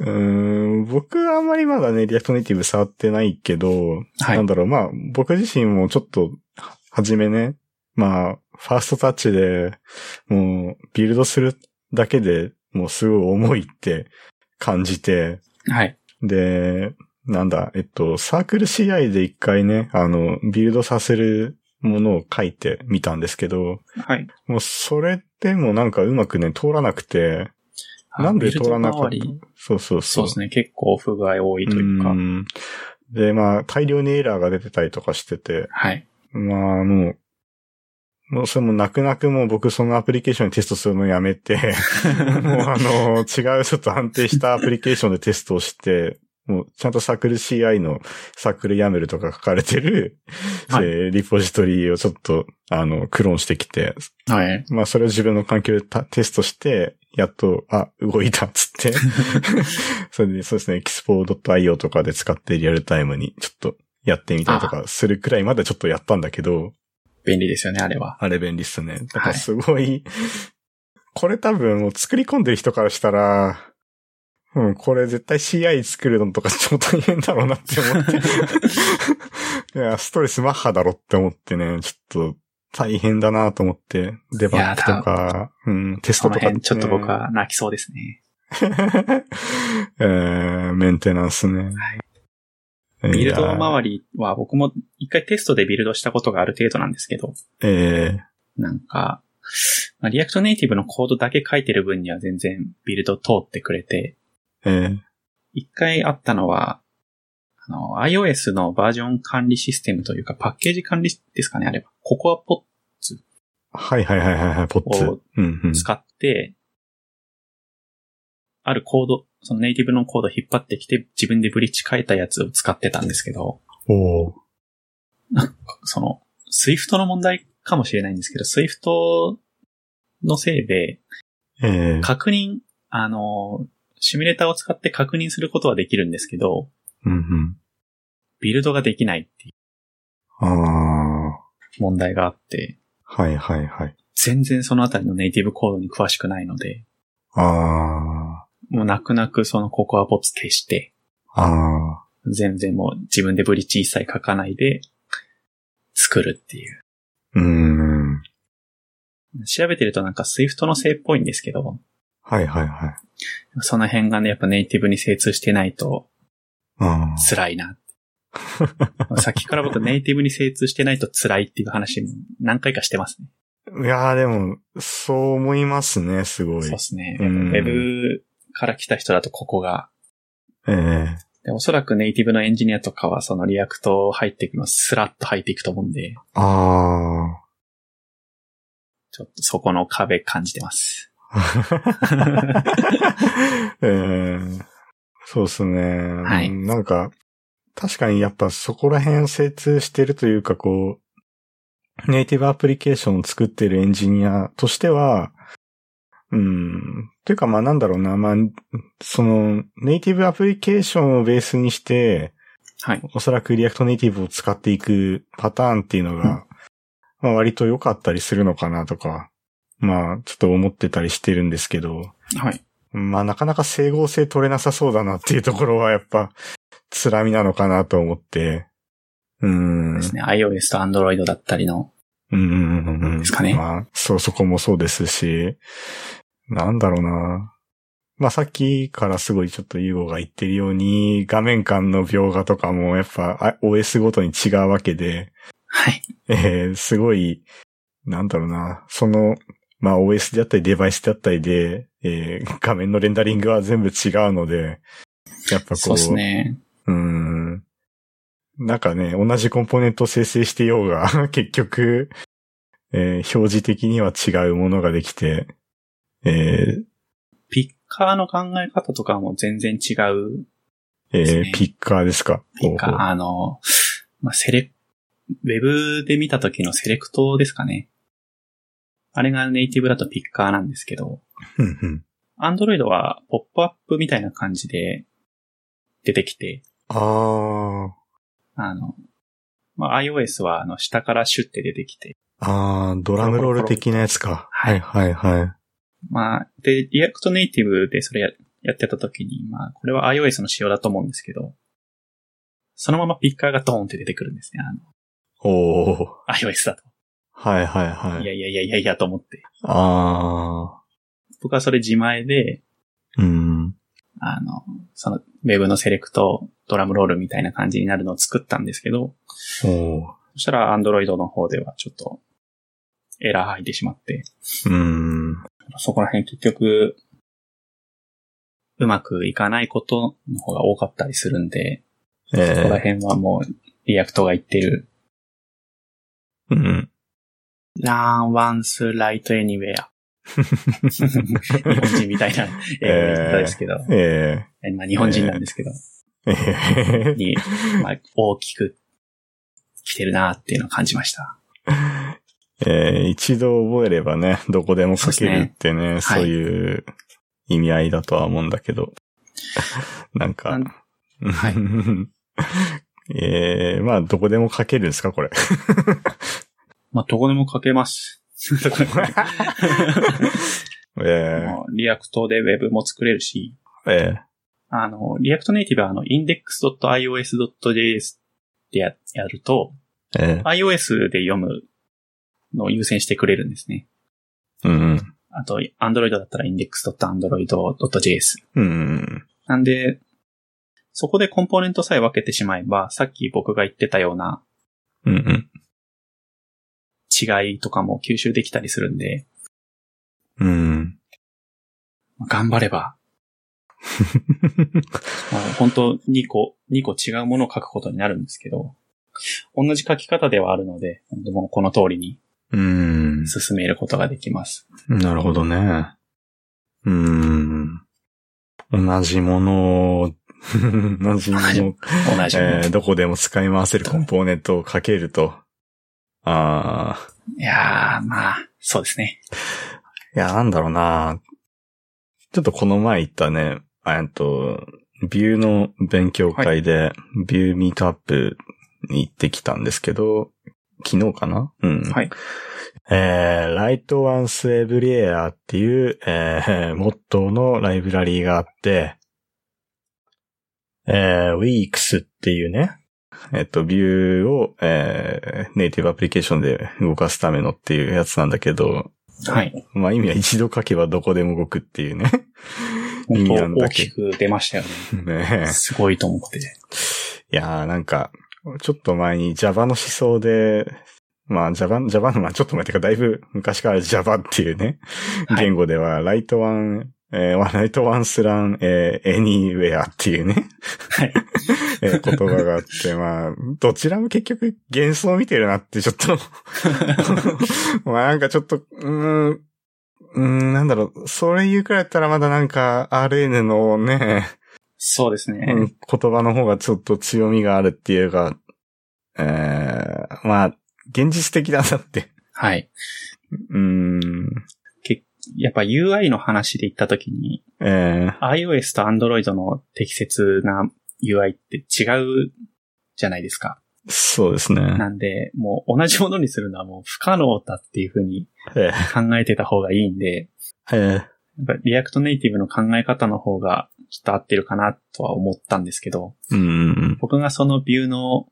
S1: うーん、僕はあんまりまだね、リアクトネイティブ触ってないけど、
S2: はい
S1: なんだろう、まあ、僕自身もちょっと、は初めね、まあ、ファーストタッチで、もう、ビルドするだけでもうすごい重いって感じて、
S2: はい。
S1: で、なんだ、えっと、サークル CI で一回ね、あの、ビルドさせるものを書いてみたんですけど、
S2: はい。
S1: もうそれでもなんかうまくね、通らなくて、なんで通らなかった
S2: ビルド周り
S1: そうそう
S2: そ
S1: そうう。
S2: ですね。結構不具合多いというか
S1: う。んで、まあ、大量にエラーが出てたりとかしてて、
S2: はい。
S1: まあ、もう、もうそれも泣く泣くもう僕そのアプリケーションにテストするのやめ て、もうあの、違うちょっと安定したアプリケーションでテストをして、もうちゃんとサークル CI のサークル YAML とか書かれてる、
S2: はい
S1: えーリポジトリをちょっと、あの、クローンしてきて、
S2: はい。
S1: まあそれを自分の環境でたテストして、やっと、あ、動いたっつって。それでそうですね、expo.io とかで使ってリアルタイムにちょっとやってみたりとかするくらいまでちょっとやったんだけど、
S2: 便利ですよね、あれは。
S1: あれ便利っすね。だか
S2: は
S1: ら
S2: い
S1: すごい、これ多分もう作り込んでる人からしたら、うん、これ絶対 CI 作るのとか超大変だろうなって思って。 いや、ストレスマッハだろって思ってね、ちょっと大変だなと思って、デバッグとか、うん、テス
S2: そ
S1: ト
S2: の
S1: とか、
S2: 辺、ちょっと僕。は泣きそうですね。
S1: えー、メンテナンスね。
S2: はい
S1: えー。
S2: ビルド
S1: り。
S2: 周りは僕も一回テストでビルドしたことがある程度なんですけど、
S1: え
S2: なんか、まあ、リアクトネイティブのコードだけ書いてる分には全然ビルド通ってくれて、
S1: ー、え
S2: 一回あったのは、あの、iOS のバージョン管理システムというか、パッケージ管理ですかね、あれは。ココアポ
S1: ー、はいはいはいはいはい、ポッツ
S2: を。
S1: うんうん。
S2: 使って、あるコード、そのネイティブのコード引っ張ってきて、自分でブリッジ書いたやつを使ってたんですけど、
S1: おー
S2: その、Swift の問題かもしれないんですけど、Swift のせいで、
S1: えー、
S2: 確認、あの、シミュレーターを使って確認することはできるんですけど、
S1: うんうん。
S2: ビルドができないっていう
S1: あ
S2: 問題があって、
S1: あ、はいはいはい。
S2: 全然そのあたりのネイティブコードに詳しくないので、
S1: あ
S2: もう泣く泣くそのココアポッツ消して、
S1: あ、あ
S2: 全然もう自分でブリッジ一切書かないで作るっていう。
S1: ー、うーん。
S2: 調べてるとなんか Swift のせいっぽいんですけど、
S1: はいはいはい。
S2: その辺がね、やっぱネイティブに精通してないと
S1: あ
S2: 辛 いな。さっきから僕ネイティブに精通してないと辛いっていう話も何回かしてますね。
S1: あ。いやーでも、そう思いますね、すごい
S2: そう。ですね。
S1: う
S2: やっぱ
S1: ん
S2: Web から来た人だとここが。
S1: ええ
S2: でおそらくネイティブのエンジニアとかはそのリアクト入っていくのスラッと入っていくと思うんで、
S1: あ
S2: ちょっとそこの壁感じて ます。
S1: あ。 ええそうですね。
S2: はい
S1: なんか、確かにやっぱそこら辺精通してるというか、こう、ネイティブアプリケーションを作ってるエンジニアとしては、うん。というかまあなんだろうな、まあ、その、ネイティブアプリケーションをベースにして、
S2: はい。
S1: おそらくリアクトネイティブを使っていくパターンっていうのが、まあ割と良かったりするのかなとか、まあちょっと思ってたりしてるんですけど、
S2: はい。
S1: まあなかなか整合性取れなさそうだなっていうところはやっぱ、辛みなのかなと思って、うーん。
S2: ですね。iOS と Android だったりの。
S1: うんうんうんうん。
S2: ですかね
S1: まあ、そう、そこもそうですし、なんだろうな。まあさっきからすごいちょっとユーゴが言ってるように、画面間の描画とかもやっぱあ OS ごとに違うわけで、
S2: はい。
S1: えーすごい、なんだろうな、その、まあ OS であったりデバイスであったりで、えー画面のレンダリングは全部違うので、やっぱこう、
S2: そうですね。
S1: うーん。なんかね、同じコンポーネントを生成してようが、 結局、えー表示的には違うものができて、えー
S2: ピッカーの考え方とかも全然違う。
S1: えー
S2: ですね
S1: ピッカーですか。
S2: ピッカ
S1: ほう
S2: ー、
S1: ほう
S2: あの、まあ、セレウェブで見た時のセレクトですかね。あれがネイティブだとピッカーなんですけど、
S1: うんうん。
S2: Android はポップアップみたいな感じで出てきて、
S1: あ
S2: あの、まあ、iOS はあの下からシュって出てきて、
S1: あ、ああ、ドラムロール的なやつか。はいはいはい。
S2: まあ、で、リアクトネイティブでそれややってた時に、まあ、これは iOS の仕様だと思うんですけど、そのままピッカーがドーンって出てくるんですね。あの
S1: おお。
S2: iOS だと。
S1: はいはいはい
S2: や
S1: い。
S2: いやいやいやいやと思って。
S1: ああ、
S2: 僕はそれ自前で、
S1: うん。
S2: あの、その、ウェブのセレクト、ドラムロールみたいな感じになるのを作ったんですけど、
S1: おお。
S2: そしたら Android の方ではちょっと、エラー入ってしまって、
S1: うん。
S2: そこら辺結局、うまくいかないことの方が多かったりするんで、
S1: え
S2: そこら
S1: え
S2: 辺はもう、リアクトが言ってる、
S1: うん。
S2: learn once right anywhere 日本人み たいな英語言ったですけど、
S1: え
S2: まあ日本人なんですけど、
S1: えええ
S2: に、まあ、大きく来てるなっていうのを感じました。
S1: えー一度覚えればね、どこでも書けるってね、
S2: そ
S1: そうう
S2: ですね
S1: いう意味合いだとは思うんだけど。なんか
S2: なん。は。
S1: はい えー、まあ、どこでも書けるんですか、これ。
S2: まあ、どこでも書け ます。
S1: え
S2: もうリアクトでウェブも作れるし、
S1: ー、え
S2: あの、リアクトネイティブはあの、index.ios.js でややると、
S1: ー、え
S2: iOS で読むのを優先してくれるんですね。
S1: ー、うん
S2: あと、Android だったら index.android.js。
S1: うん、うん、
S2: なんで、そこでコンポーネントさえ分けてしまえば、さっき僕が言ってたような
S1: うん、うん、
S2: 違いとかも吸収できたりするんで、
S1: うん。
S2: 頑張れば、まあ本当2個、2個違うものを書くことになるんですけど、同じ書き方ではあるので、もうこの通りに
S1: うん。
S2: 進めることができます。
S1: なるほどね。うーん。同じものを、 同じもの
S2: 同じ
S1: を
S2: も同じもの
S1: えーどこでも使い回せるコンポーネントをかけると。ああ、
S2: いやー、まあ、そうですね。
S1: いや、なんだろうな。ちょっとこの前言ったね、えっと、ビューの勉強会で、ビューミートアップに行ってきたんですけど、昨日かなうん。
S2: はい。
S1: えー、Light Once Every Air っていう、えー、モットーのライブラリーがあって、えー、Weeks っていうね、えっと、ビューを、えー、ネイティブアプリケーションで動かすためのっていうやつなんだけど、
S2: はい。
S1: まあ意味は一度書けばどこでも動くっていうね。意
S2: 本当
S1: 味なん
S2: 大
S1: だ
S2: き
S1: け
S2: く出ましたよ
S1: ど ね
S2: ね。。すごいと思って。
S1: いやーなんか、ちょっと前に Java の思想で、まあ Java、Java の、まあちょっと前っていうかだいぶ昔から Java っていうね、
S2: はい
S1: 言語では Light One、えー、Light Once Run、えー Anywhere っていうね、
S2: はい。
S1: えー言葉があって、まあ、どちらも結局幻想を見てるなってちょっ とまあなんかちょっと、うーん、うーん、なんだろう、それ言うくらいだったらまだなんか RN のね、
S2: そうですね。
S1: うん言葉の方がちょっと強みがあるっていうか、えー、まあ、現実的だなって。
S2: はい。
S1: うーん、
S2: やっぱ UI の話で言ったときに、
S1: え
S2: iOS と Android の適切な UI って違うじゃないですか。
S1: ー、そうですね。
S2: なんで、もう同じものにするのはもう不可能だっていうふうに
S1: え
S2: 考えてた方がいいんで、
S1: ー、えー
S2: やっぱリアクトネイティブの考え方の方がちょっと合ってるかなとは思ったんですけど、
S1: うん、
S2: 僕がそのビューの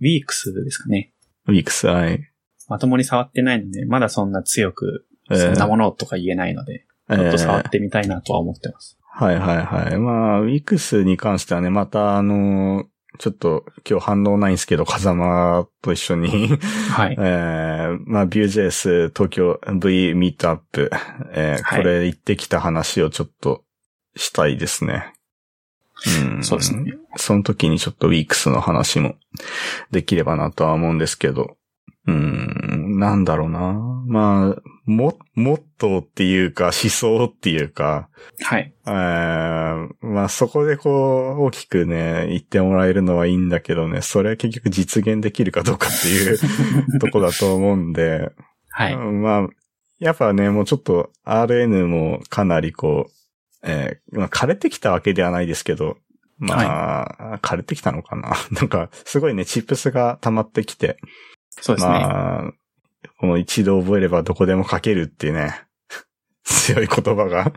S2: Weeks ですかね。
S1: ウィークスアイ。
S2: まともに触ってないので、まだそんな強く、
S1: えー
S2: そんなものとか言えないので、
S1: え
S2: ちょっと触
S1: ー
S2: ってみたいなとは思ってます。
S1: はいはいはい。まあ、ウィクスに関してはね、またあの、ちょっと今日反応ないんですけど、風間と一緒に、
S2: はい
S1: え。ー、まあ、Vue.js 東京 V ミートアップ、えー
S2: はい
S1: これ行ってきた話をちょっとしたいですね。うん
S2: そうですね。
S1: その時にちょっと Weeks の話もできればなとは思うんですけど、うーん、なんだろうな。まあ、も、モットーっていうか、思想っていうか、
S2: はい。
S1: えーまあそこでこう、大きくね、言ってもらえるのはいいんだけどね、それは結局実現できるかどうかっていう とこだと思うんで、
S2: はい。
S1: まあ、やっぱね、もうちょっと RN もかなりこう、えーまあ、枯れてきたわけではないですけど、まあ、枯れてきたのかな なんか、すごいね、チップスが溜まってきて、
S2: そうですね。
S1: まあ、この一度覚えればどこでも書けるっていうね、 強い言葉 が、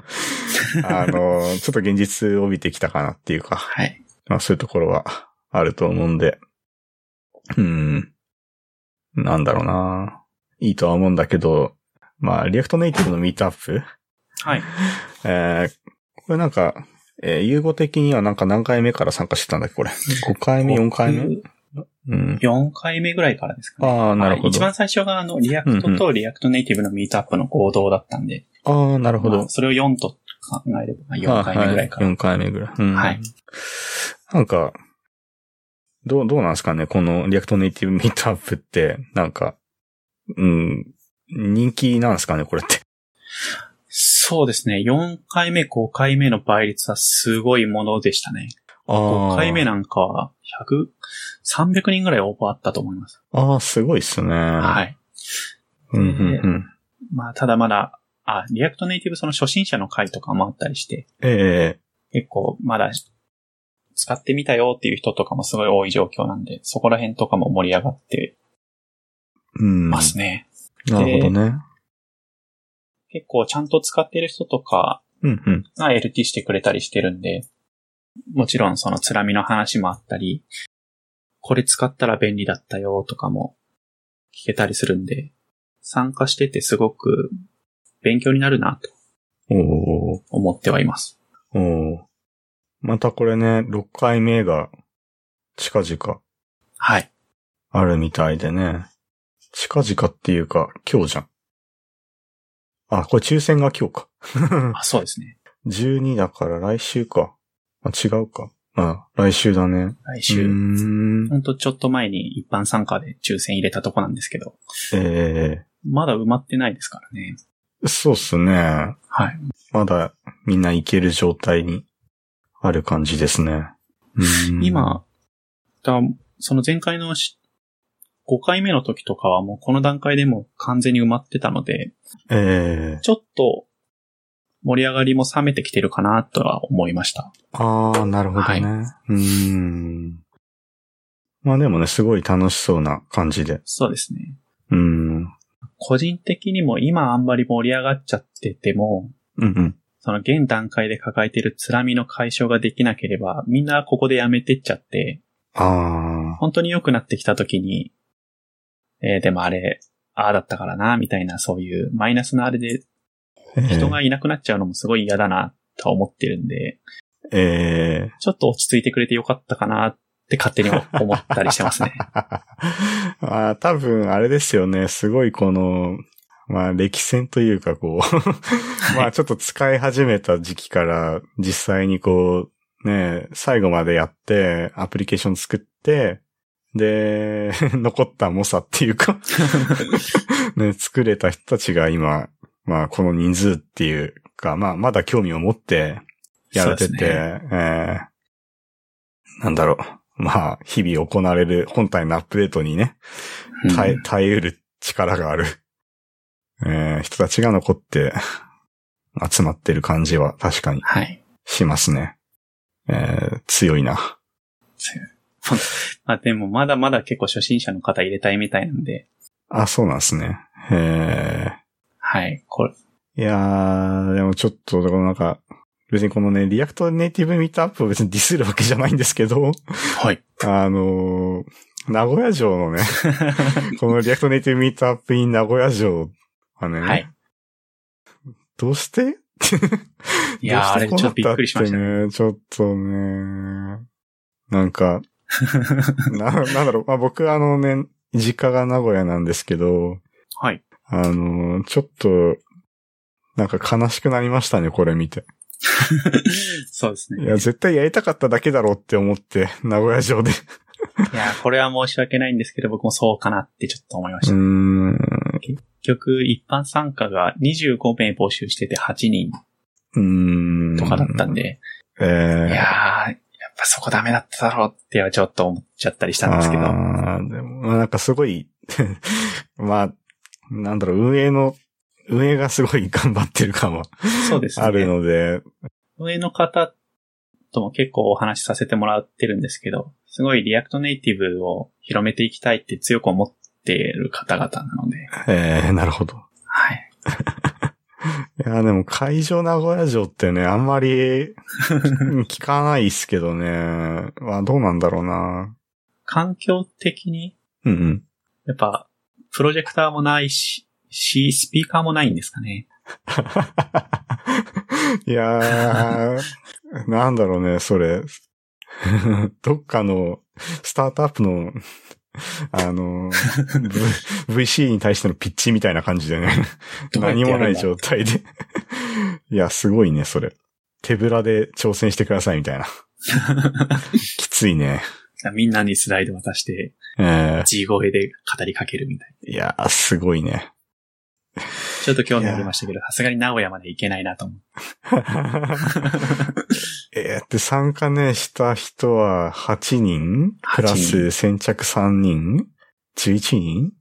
S1: あの、ちょっと現実帯びてきたかなっていうか、
S2: はい。
S1: まあそういうところはあると思うんで、うん、なんだろうな。いいとは思うんだけど、まあ、リアクトネイティブのミートアップ
S2: はい。
S1: えーこれなんか、えー、融合的にはなんか何回目から参加してたんだっけこれ。5回目、4回目うん。
S2: ?4 回目ぐらいからですかね。
S1: ああ、なる
S2: は
S1: ほ
S2: い一
S1: ど。あ
S2: 番最初が、あの、リアクトとリアクトネイティブのミートアップの合同だったんで、
S1: あー、なるほ
S2: ま
S1: ど
S2: あ。それを4と考えれば、4回目ぐらいか
S1: は
S2: ら。
S1: 4回目ぐらい。うん
S2: はい。
S1: なんか、どう、どうなんですかねこのリアクトネイティブミートアップって、なんか、うん、人気なんですかねこれって。
S2: そうですね。4回目、5回目の倍率はすごいものでしたね。
S1: あー
S2: 5回目なんかは、100、300人ぐらい応募あったと思います。
S1: ああ、すごいっすね。。
S2: はいい。
S1: うん、うん、うん。
S2: まあ、ただまだ、あ、リアクトネイティブその初心者の会とかもあったりして、
S1: ええ
S2: 結構まだ使ってみたよっていう人とかもすごい多い状況なんで、そこら辺とかも盛り上がって
S1: うん。な
S2: ま
S1: る
S2: すね。
S1: ほどね。
S2: 結構ちゃんと使ってる人とか
S1: うん、うん。
S2: が LT してくれたりしてるんで、もちろんそのつらみの話もあったり、これ使ったら便利だったよとかも聞けたりするんで、参加しててすごく勉強になるなと
S1: おー
S2: 思ってはいます。
S1: おーおーまたこれね、6回目が、近々
S2: はい。
S1: あるみたいでね。近々っていうか、今日じゃん。あ、これ抽選が今日か。
S2: あ、そうですね。
S1: 12だから来週か。あ、違うか。あ、来週だね。
S2: 来
S1: うー
S2: 週。
S1: ん。
S2: ほんとちょっと前に一般参加で抽選入れたとこなんですけど、
S1: え
S2: まだ埋まってないですからね。
S1: えそうっすね。
S2: はい。
S1: まだみんな行ける状態にある感じですね。うーん、
S2: 今、だその前回のし5回目の時とかはもうこの段階でもう完全に埋まってたので、
S1: ええ
S2: ちょっと盛り上がりも冷めてきてるかなとは思いました。
S1: ああ、なるほどね。
S2: はいう
S1: ーん。まあでもね、すごい楽しそうな感じで。
S2: そうですね。
S1: うーん。うん
S2: 個人的にも今あんまり盛り上がっちゃってても、
S1: うん。
S2: その現段階で抱えてるつらみの解消ができなければ、みんなここでやめてっちゃって、
S1: ああ、
S2: 本当に良くなってきた時に、えーでもあれ、ああだったからな、みたいな、そういうマイナスのあれで
S1: ええ
S2: 人がいなくなっちゃうのもすごい嫌だな、とは思ってるんで、
S1: ええ
S2: ちょっと落ち着いてくれてよかったかな、って勝手に思ったりしてますね。
S1: あー多分、あれですよね。すごいこの、まあ、歴戦というかこう、まあ、ちょっと使い始めた時期から、実際にこう、ね、最後までやって、アプリケーション作って、で、 残った猛者っていう か、ね、作れた人たちが今、まあ、この人数っていうか、まあ、まだ興味を持ってやれて
S2: そう
S1: て、
S2: です
S1: えーなんだろう。まあ、日々行われる本体のアップデートにね、
S2: うん
S1: 耐え、耐えうる力がある、 えー人たちが残って集まってる感じは確かに
S2: はい。
S1: しますね。えー強いな。
S2: まあでもまだまだ結構初心者の方入れたいみたいなんで、
S1: あ、そうなんですね。え
S2: はい。これ、
S1: ーいやー、でもちょっと、このなんか、別にこのね、リアクトネイティブミートアップを別にディスるわけじゃないんですけど、
S2: はい。
S1: あのー名古屋城 のね、このリアクトネイティブミートアップイン名古屋城はね、
S2: はい。
S1: どうして
S2: いやー、あれちょっとびっくりしましたね。
S1: ね。ちょっとね、なん か、な、なんだろう、まあ、僕あのね、実家が名古屋なんですけど、
S2: はい。
S1: あの、ちょっと、なんか悲しくなりましたね、これ見て。
S2: そうです
S1: い
S2: ね。
S1: や、絶対やりたかっただけだろうって思って、名古屋城 で。
S2: いや、これは申し訳ないんですけど、僕もそうかなってちょっと思いまし
S1: う
S2: た。
S1: ーん。
S2: 結局、一般参加が25名募集してて8人
S1: うーん。
S2: とかだったんで、
S1: えー
S2: いやー、やっぱそこダメだっただろうってはちょっと思っちゃったりしたんですけど。
S1: あーでも、まあなんかすごい、 まあ、なんだろう、運営の、運営がすごい頑張ってる感は
S2: そうですね。
S1: あるので、
S2: 上の方とも結構お話しさせてもらってるんですけど、すごいリアクトネイティブを広めていきたいって強く思ってる方々なので、
S1: えーなるほど。
S2: はい。
S1: いや、でも会場名古屋城ってね、あんま り聞かないっすけどね。まあどうなんだろうな。
S2: 環境的に、
S1: うんうん。
S2: やっぱ、プロジェクターもないし、し、スピーカーもないんですかね。
S1: いやー、なんだろうね、それ。どっかのスタートアップの、あ の、V- VC に対してのピッチみたいな感じでね。
S2: どうやって
S1: 何
S2: やるんだ
S1: もない状態で。 いや、すごいね、それ。手ぶらで挑戦してくださいみた いな。きついね。
S2: みんなにスライド渡して、
S1: え
S2: G 声で語りかけるみたいな。
S1: ー、いやー、すごいね。
S2: ちょっと興味ありましたけど、さすがに名古屋まで行けないなと思って。
S1: えーって参加ね、した人は8人プラス先着3人 ?11 人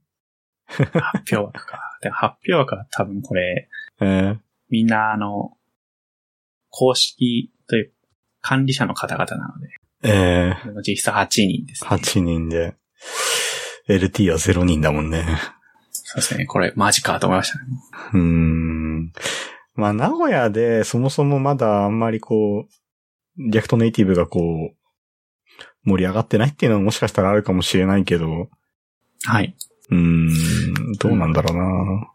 S2: 発表枠か。でも発表枠は多分これ、
S1: えー、
S2: みんな、あの、公式という管理者の方々なので、
S1: え
S2: でも実質8人です、
S1: ー、
S2: ね。
S1: 8人で、LT は0人だもんね。
S2: そうですね。これマジかと思いましたね。
S1: うーん。まあ、名古屋でそもそもまだあんまりこう、リアクトネイティブがこう、盛り上がってないっていうのはもしかしたらあるかもしれないけど、
S2: はい。
S1: うーん、どうなんだろうな。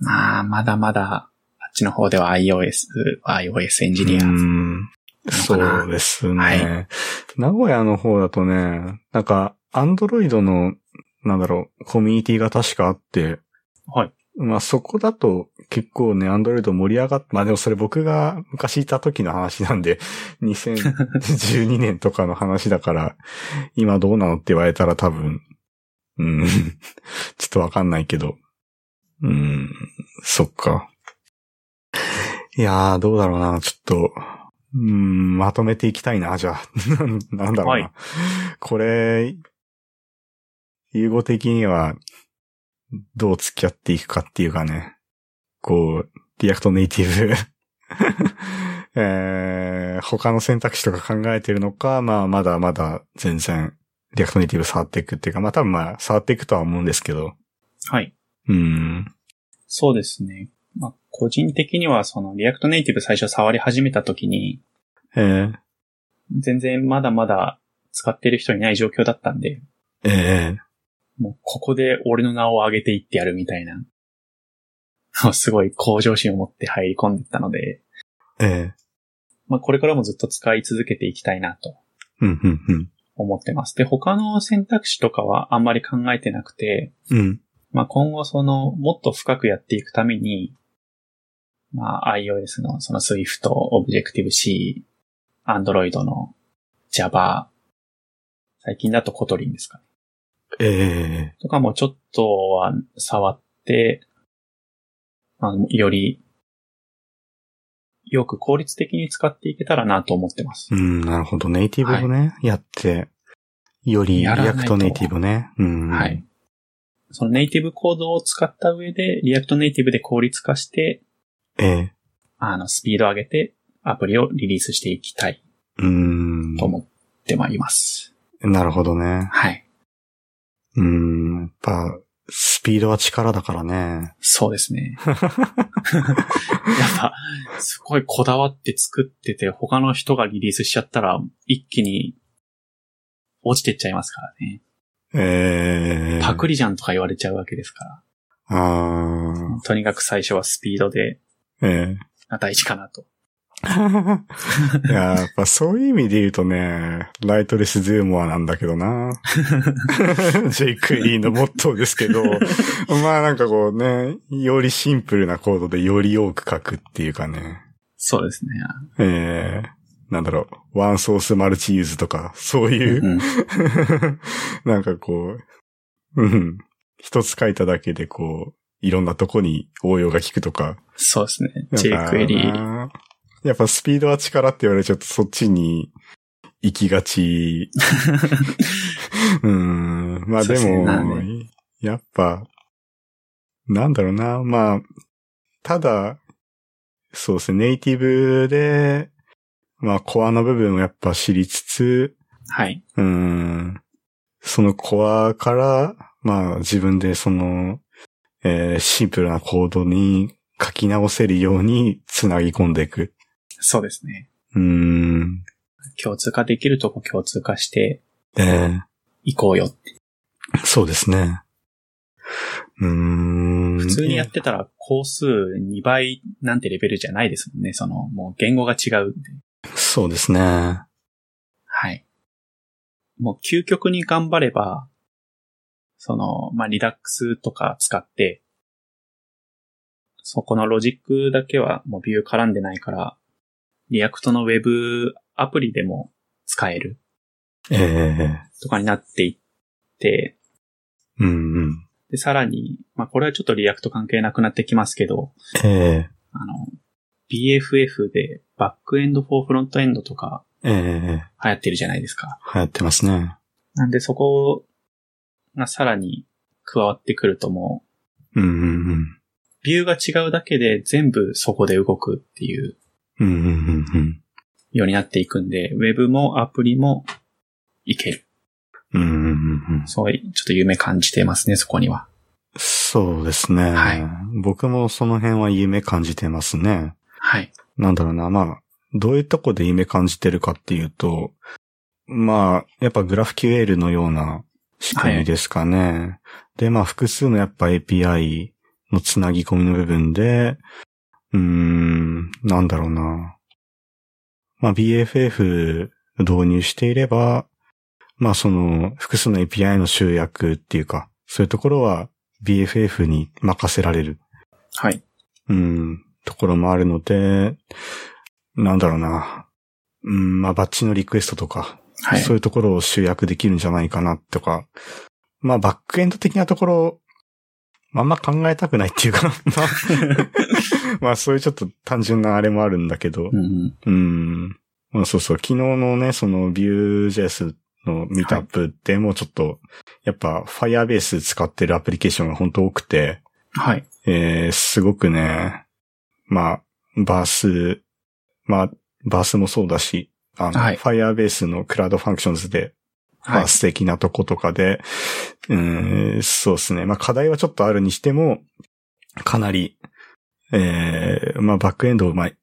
S2: まあ、まだまだ、あっちの方では iOS、iOS エンジニア。
S1: うー
S2: は
S1: んそうですね。
S2: はい
S1: 名古屋の方だとね、なんか、アンドロイドの、なんだろう、コミュニティが確かあって、
S2: い。
S1: まあそこだと結構ね、アンドロイド盛り上がっまあでもそれ僕が昔いた時の話なんで、2012年とかの話だから、今どうなのって言われたら多分、うん、 ちょっとわかんないけど、うん、そっか。いやー、どうだろうな、ちょっと、うん、まとめていきたいな、じゃあ。 ななんだろうな。
S2: はい
S1: これ、融合的には、どう付き合っていくかっていうかね、こう、リアクトネイティブ、 えー他の選択肢とか考えてるのか、まあ、まだまだ全然、リアクトネイティブ触っていくっていうか、まあ多分まあ、触っていくとは思うんですけど、
S2: はい。
S1: うん、
S2: そうですね。まあ、個人的には、その、リアクトネイティブ最初触り始めた時に、
S1: えー
S2: 全然まだまだ使ってる人いない状況だったんで、
S1: ええ
S2: もうここで俺の名を上げていってやるみたいな、もう すごい向上心を持って入り込んでったので、
S1: ええ
S2: まあ、これからもずっと使い続けていきたいなと
S1: うん、うん、うん。
S2: 思ってます。で、他の選択肢とかはあんまり考えてなくて、
S1: うん、
S2: まあ、今後その、もっと深くやっていくために、まあ、iOS のその Swift、Objective-C、Android の Java、最近だとコトリンですかね。
S1: ええ
S2: とかもちょっとは触って、まあ、より、よく効率的に使っていけたらなと思ってます。
S1: うん、なるほど。ネイティブをね、やって、よりリ
S2: やらない
S1: ア
S2: と
S1: クトネイティブね。うん。
S2: はい。。そのネイティブコードを使った上で、リアクトネイティブで効率化して、
S1: ええ
S2: あの、スピードを上げて、アプリをリリースしていきたいう
S1: ーん
S2: と。思ってまいります。
S1: なるほどね。
S2: はい。
S1: うん。やっぱ、スピードは力だからね。
S2: そうで すね。やっぱ、すごいこだわって作ってて、他の人がリリースしちゃったら、一気に、落ちてっちゃいますからね。
S1: ええ
S2: パクリじゃんとか言われちゃうわけですから。
S1: ああ。
S2: とにかく最初はスピードで、
S1: え
S2: が大事かなと。
S1: えい や、やっぱそういう意味で言うとね、ライトレスズームはなんだけどな。JQuery のモットーですけ ど、まあなんかこうね、よりシンプルなコードでより多く書くっていうかね。
S2: そうですね。
S1: えー、なんだろう、ワンソースマルチユーズとか、そういう、
S2: うん。
S1: なんかこう、うん。一つ書いただけでこう、いろんなとこに応用が効くとか。
S2: そうですね。jQuery。
S1: なんかなやっぱスピードは力って言われちゃうとそっちに行きが ち。うん。まあ
S2: そう
S1: で
S2: ですねなん
S1: も、やっぱ、なんだろうな。まあ、ただ、そうですね、ネイティブで、まあコアの部分をやっぱ知りつつ、
S2: はい。
S1: うーん。そのコアから、まあ自分でその、えーシンプルなコードに書き直せるようにつなぎ込んでいく。
S2: そうですね。
S1: うーん。
S2: 共通化できるとこ共通化して
S1: えー
S2: いこうよって。
S1: そうですね。うーん。
S2: 普通にやってたら工数2倍なんてレベルじゃないですもんね。その、もう言語が違うんで。
S1: そうですね。
S2: はい。もう究極に頑張れば、その、まあ、リダックスとか使って、そこのロジックだけはもうビュー絡んでないから、リアクトのウェブアプリでも使える
S1: え
S2: とかになっていって、
S1: ーうんうん。
S2: で、さらに、まあ、これはちょっとリアクト関係なくなってきますけど、
S1: え
S2: あの、BFF でバックエンドフォーフロントエンドとか
S1: ーえ
S2: 流行ってるじゃないですか。
S1: ー流行ってますね。
S2: なんでそこがさらに加わってくるともう、
S1: うんうん
S2: ビューが違うだけで全部そこで動くっていう
S1: うん。うんうんうんうん。
S2: ようになっていくんで、ウェブもアプリもいける。
S1: うんうんうんうん。
S2: そういう、ちょっと夢感じてますね、そこには。
S1: そうですね。
S2: はい
S1: 僕もその辺は夢感じてますね。
S2: はい。
S1: なんだろうな、まあ、どういうとこで夢感じてるかっていうと、まあ、やっぱグラフ QL のような仕組みですかね。で、まあ、複数のやっぱ API のつなぎ込みの部分で、うーん、なんだろうな。まあ、BFF 導入していれば、まあ、その、複数の API の集約っていうか、そういうところは BFF に任せられる
S2: はい。
S1: うん、ところもあるので、なんだろうな。うん、まあ、バッチのリクエストとか、
S2: はい。
S1: そういうところを集約できるんじゃないかなとか、まあ、バックエンド的なところ、あんま考えたくないって いうか、まあ、まあ、そういうちょっと単純なあれもあるんだけど
S2: う、んうん。
S1: うん。まあ、そうそう、昨日のね、その Vue.js のミートアップでもちょっと、やっぱ Firebase 使ってるアプリケーションが本当多くて、
S2: はい。
S1: えー、すごくね、まあ、バース、まあ、バースもそうだし、あの、
S2: はい
S1: ファイアベースのクラウドファンクションズで、
S2: は
S1: バ
S2: い
S1: ー。ス的なとことかで、うーん、そうですね。まあ、課題はちょっとあるにしても、かなり、えー、まあ、バックエンドを、まあ、ん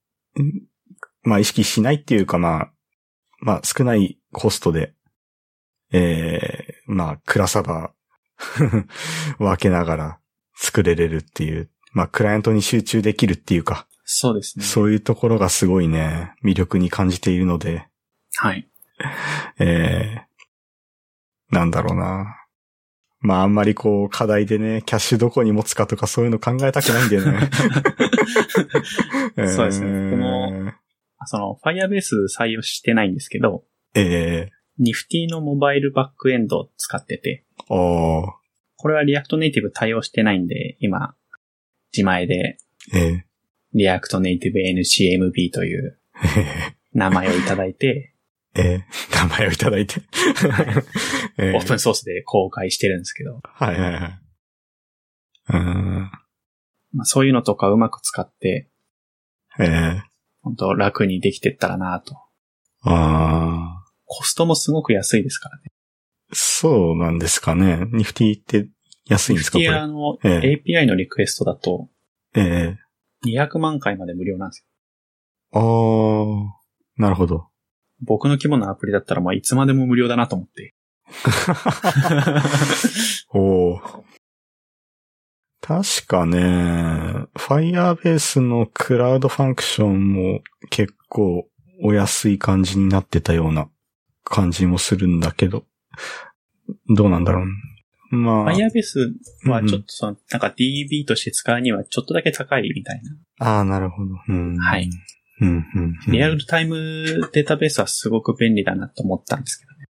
S1: まあ、意識しないっていうか、まあ、まあ、少ないコストで、えー、まあ、クラサバー 分けながら作れれるっていう、まあ、クライアントに集中できるっていうか、
S2: そうですね。
S1: そういうところがすごいね、魅力に感じているので、
S2: はい。
S1: えー、なんだろうな。まああんまりこう課題でね、キャッシュどこに持つかとかそういうの考えたくないんだよね。
S2: そうですね
S1: え ー
S2: 僕もその、Firebase 採用してないんですけど、
S1: え
S2: Nifty のモバイルバックエンドを使ってて、
S1: ー、おー
S2: これは React Native 対応してないんで、今、自前で
S1: え
S2: リアクトネイティブ NCMB と いう
S1: ー、え
S2: 名前をいただいて、
S1: ー、えー、名前をいただいて。 え
S2: オープンソースで公開してるんですけど、
S1: はいはいはい。うーん、
S2: まあ、そういうのとかうまく使って、
S1: え
S2: 本当楽にできてったらなと。
S1: ー、あー
S2: コストもすごく安いですからね。
S1: そうなんですかね。ニフティって安いんですかこ
S2: ィ
S1: れ
S2: ア。の
S1: え
S2: API のリクエストだと
S1: ー、え
S2: 200万回まで無料なんですよ。
S1: ー、あー、なるほど。
S2: 僕の規模のアプリだったらまあいつまでも無料だなと思って。
S1: おお。確かね、Firebase のクラウドファンクションも結構お安い感じになってたような感じもするんだけど、どうなんだろう。ま
S2: Firebase
S1: うんう
S2: はちょっ
S1: ん
S2: とその、なんか DB として使うにはちょっとだけ高いみたいな。
S1: あ、ああ、なるほど。うん
S2: はい。
S1: うん、うん。うん
S2: リアルタイムデータベースはすごく便利だなと思ったんですけどね。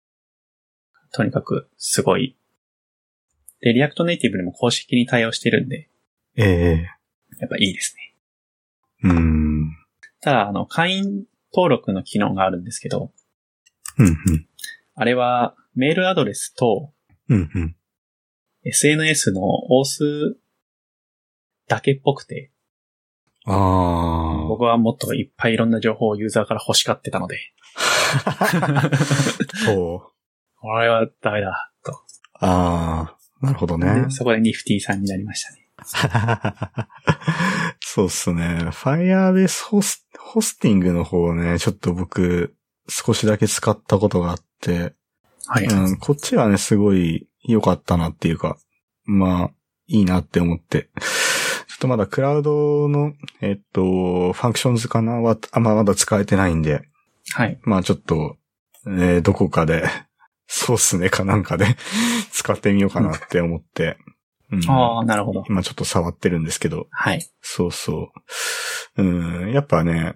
S2: とにかく、すごい。で、リアクトネイティブにも公式に対応してるんで、
S1: ええ
S2: やっぱいいですね。
S1: うん。うん、
S2: ただ、あの、会員登録の機能があるんですけど、
S1: うん。
S2: あれはメールアドレスと
S1: うん、うん。
S2: SNS のオースだけっぽくて、
S1: あ
S2: 僕はもっといっぱいいろんな情報をユーザーから欲しがってたので、
S1: あ。 そう。
S2: これはダメだ、と。
S1: ああ。なるほどね
S2: で。そこでニフティさんになりましたね。
S1: そうっすね。Firebase ホスホスティングの方ね、ちょっと僕、少しだけ使ったことがあって、
S2: はい。
S1: うん、こっちはね、すごい良かったなっていうか、まあ、いいなって思って。 ちょっとまだクラウドの、えっと、ファンクションズかなは、あまあ、まだ使えてないんで、
S2: はい。
S1: まあちょっと、えーどこかで、 そうっすねかなんかで 使ってみようかなって思って。うん、
S2: ああ、なるほど。
S1: 今ちょっと触ってるんですけど、
S2: はい。
S1: そうそう。うん、やっぱね、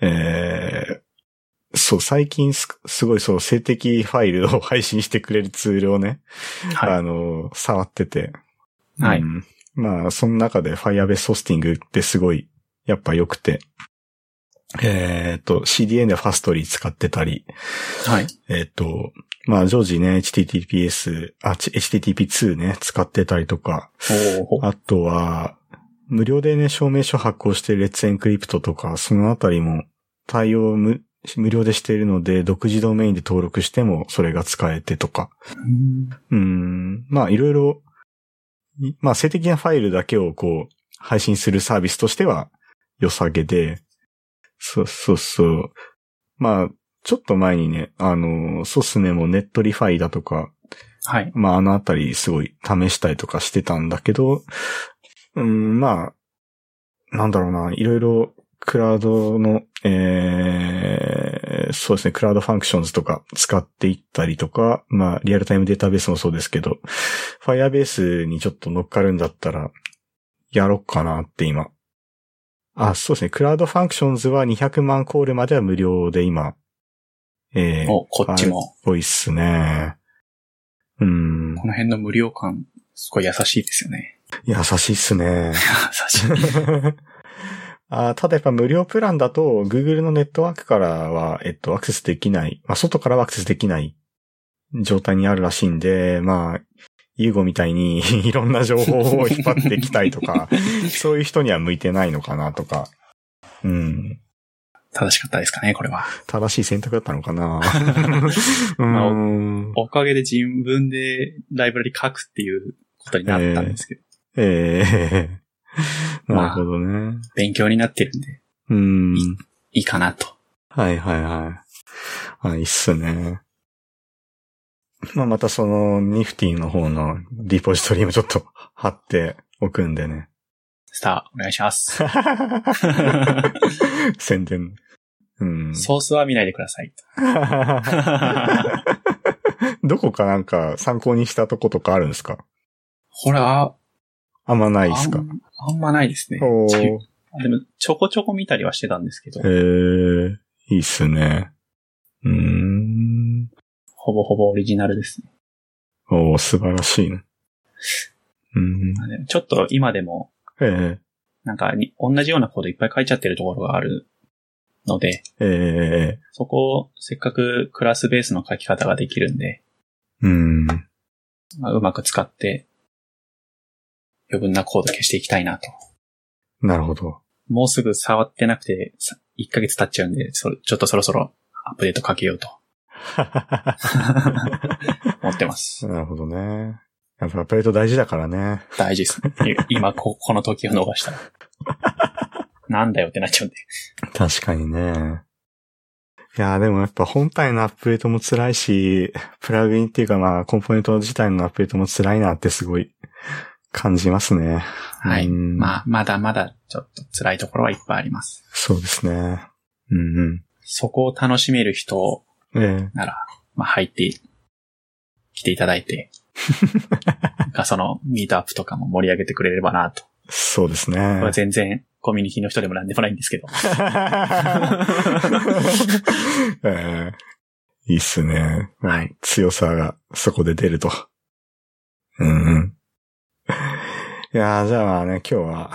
S1: えーそう、最近すすごいそう、性的ファイルを配信してくれるツールをね、
S2: は
S1: あの、触ってて。
S2: い。は
S1: う
S2: い。
S1: んまあ、その中で Firebase ホスティングってすごい、やっぱ良くて。えっ、と、CDN でファストリー使ってたり、
S2: はい。
S1: えっ、と、まあ、常時ね、HTTPS、あ、ち HTTP2 ね、使ってたりとか、
S2: おお。
S1: あとは、無料でね、証明書発行してレッツエンクリプトとか、そのあたりも対応無無料でしているので、独自ドメインで登録してもそれが使えてとか。うー
S2: うん
S1: ん、まあいろいろ、いまあ性的なファイルだけをこう、配信するサービスとしては良さげで、そうそうそう。まあ、ちょっと前にね、あの、ソスネもネットリファイだとか、
S2: はい。
S1: まあ、あのあたりすごい試したりとかしてたんだけど、うん、まあ、なんだろうな、いろいろクラウドの、えー、そうですね、クラウドファンクションズとか使っていったりとか、まあ、リアルタイムデータベースもそうですけど、Firebase にちょっと乗っかるんだったら、やろっかなって今。あ、そうですね、クラウドファンクションズは200万コールまでは無料で今、えー、
S2: お、こっちも。
S1: 多いっすね。うん。
S2: この辺の無料感、すごい優しいですよね。
S1: 優しいっすね。
S2: 優しい。
S1: あーただやっぱ無料プランだと、Google のネットワークからは、えっと、アクセスできない、まあ、外からはアクセスできない状態にあるらしいんで、まあ、ユーゴみたいに いろんな情報を引っ張ってきたいと か、そういう人には向いてないのかなとか、うん。
S2: 正しかったですかね、これは。
S1: 正しい選択だったのか なう
S2: まあ
S1: ん。
S2: おかげで自分でライブラリ書くっていうことになったんですけど、
S1: ええ
S2: ま
S1: な
S2: あ
S1: るほどね。
S2: 勉強になってるんで、
S1: うん。
S2: いいかなと。
S1: はいはいはい。あ、いいっすね。まあ、またその、ニフティの方のディポジトリもちょっと貼っておくんで ね。
S2: さあ、お願いします。
S1: 宣伝。うん。
S2: ソースは見ないでください。
S1: どこかなんか参考にしたとことかあるんですか
S2: ほら、
S1: あんまない
S2: あ
S1: っすか
S2: んあんまないですね。
S1: お
S2: ち
S1: ー。
S2: でも、ちょこちょこ見たりはしてたんですけど
S1: え、ー、いいっすね。うーん。
S2: ほぼほぼオリジナルですね。
S1: おー、素晴らしいね。うん。
S2: まあねちょっと今でも、
S1: えー、
S2: なんかに、同じようなコードいっぱい書いちゃってるところがあるので、
S1: えー、
S2: そこをせっかくクラスベースの書き方ができるんで、
S1: うん。
S2: まあうまく使って、余分なコード消していきたいなと。
S1: なるほど。
S2: もうすぐ触ってなくて、さ1ヶ月経っちゃうんで、そちょっとそろそろアップデートかけようと思ってます。
S1: なるほどね。やっぱアップデート大事だからね。
S2: 大事ですね。い 今こ、この時を逃したら。なんだよってなっちゃうんで。
S1: 確かにね。いやーでもやっぱ本体のアップデートも辛いし、プラグインっていうかまあコンポーネント自体のアップデートも辛いなってすごい感じますね。
S2: はい。
S1: うん
S2: まあ、まだまだちょっと辛いところはいっぱいあります。
S1: そうですね。うん
S2: そこを楽しめる人
S1: うん。え
S2: なら、まあ、入ってきていただい て、なんかそのミートアップとかも盛り上げてくれればなと。
S1: えそうです
S2: これ
S1: ね
S2: は。全然コミュニティの人でもなんでもないんですけど。
S1: えーいいっすね。
S2: はい。
S1: 強さがそこで出ると。うんうん。いやーじゃあまあね、今日は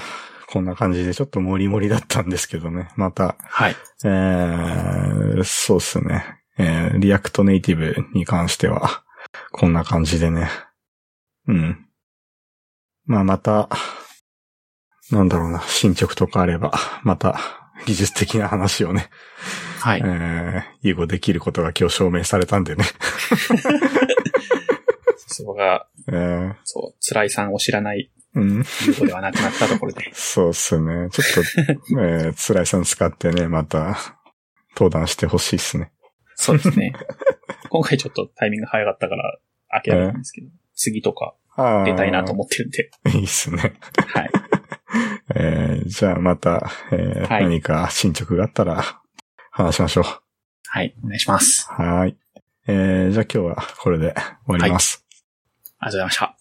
S1: こんな感じでちょっともりもりだったんですけどね。また、
S2: はい。
S1: えー、そうっすね。えー、リアクトネイティブに関しては、こんな感じでね。うん。まあまた、なんだろうな、進捗とかあれば、また、技術的な話をね、
S2: はい。
S1: えー、融合できることが今日証明されたんでね。
S2: そこが、
S1: えー、
S2: そう、辛いさんを知らない
S1: うん。
S2: 優子ではなくなったところ で。
S1: そうっすね。ちょっと、 えー、辛いさん使ってね、また、登壇してほしいっすね。
S2: そうですね。今回ちょっとタイミング早かったから、諦めたんですけど、次とか
S1: ああ。
S2: 出たいなと思ってるんで。
S1: いいっすね。
S2: はい。
S1: えー、じゃあまた、えー
S2: はい
S1: 何か進捗があったら、話しましょう。
S2: はい。お願いします。
S1: はーい。えー、じゃあ今日はこれで終わります。
S2: ありがとうございました。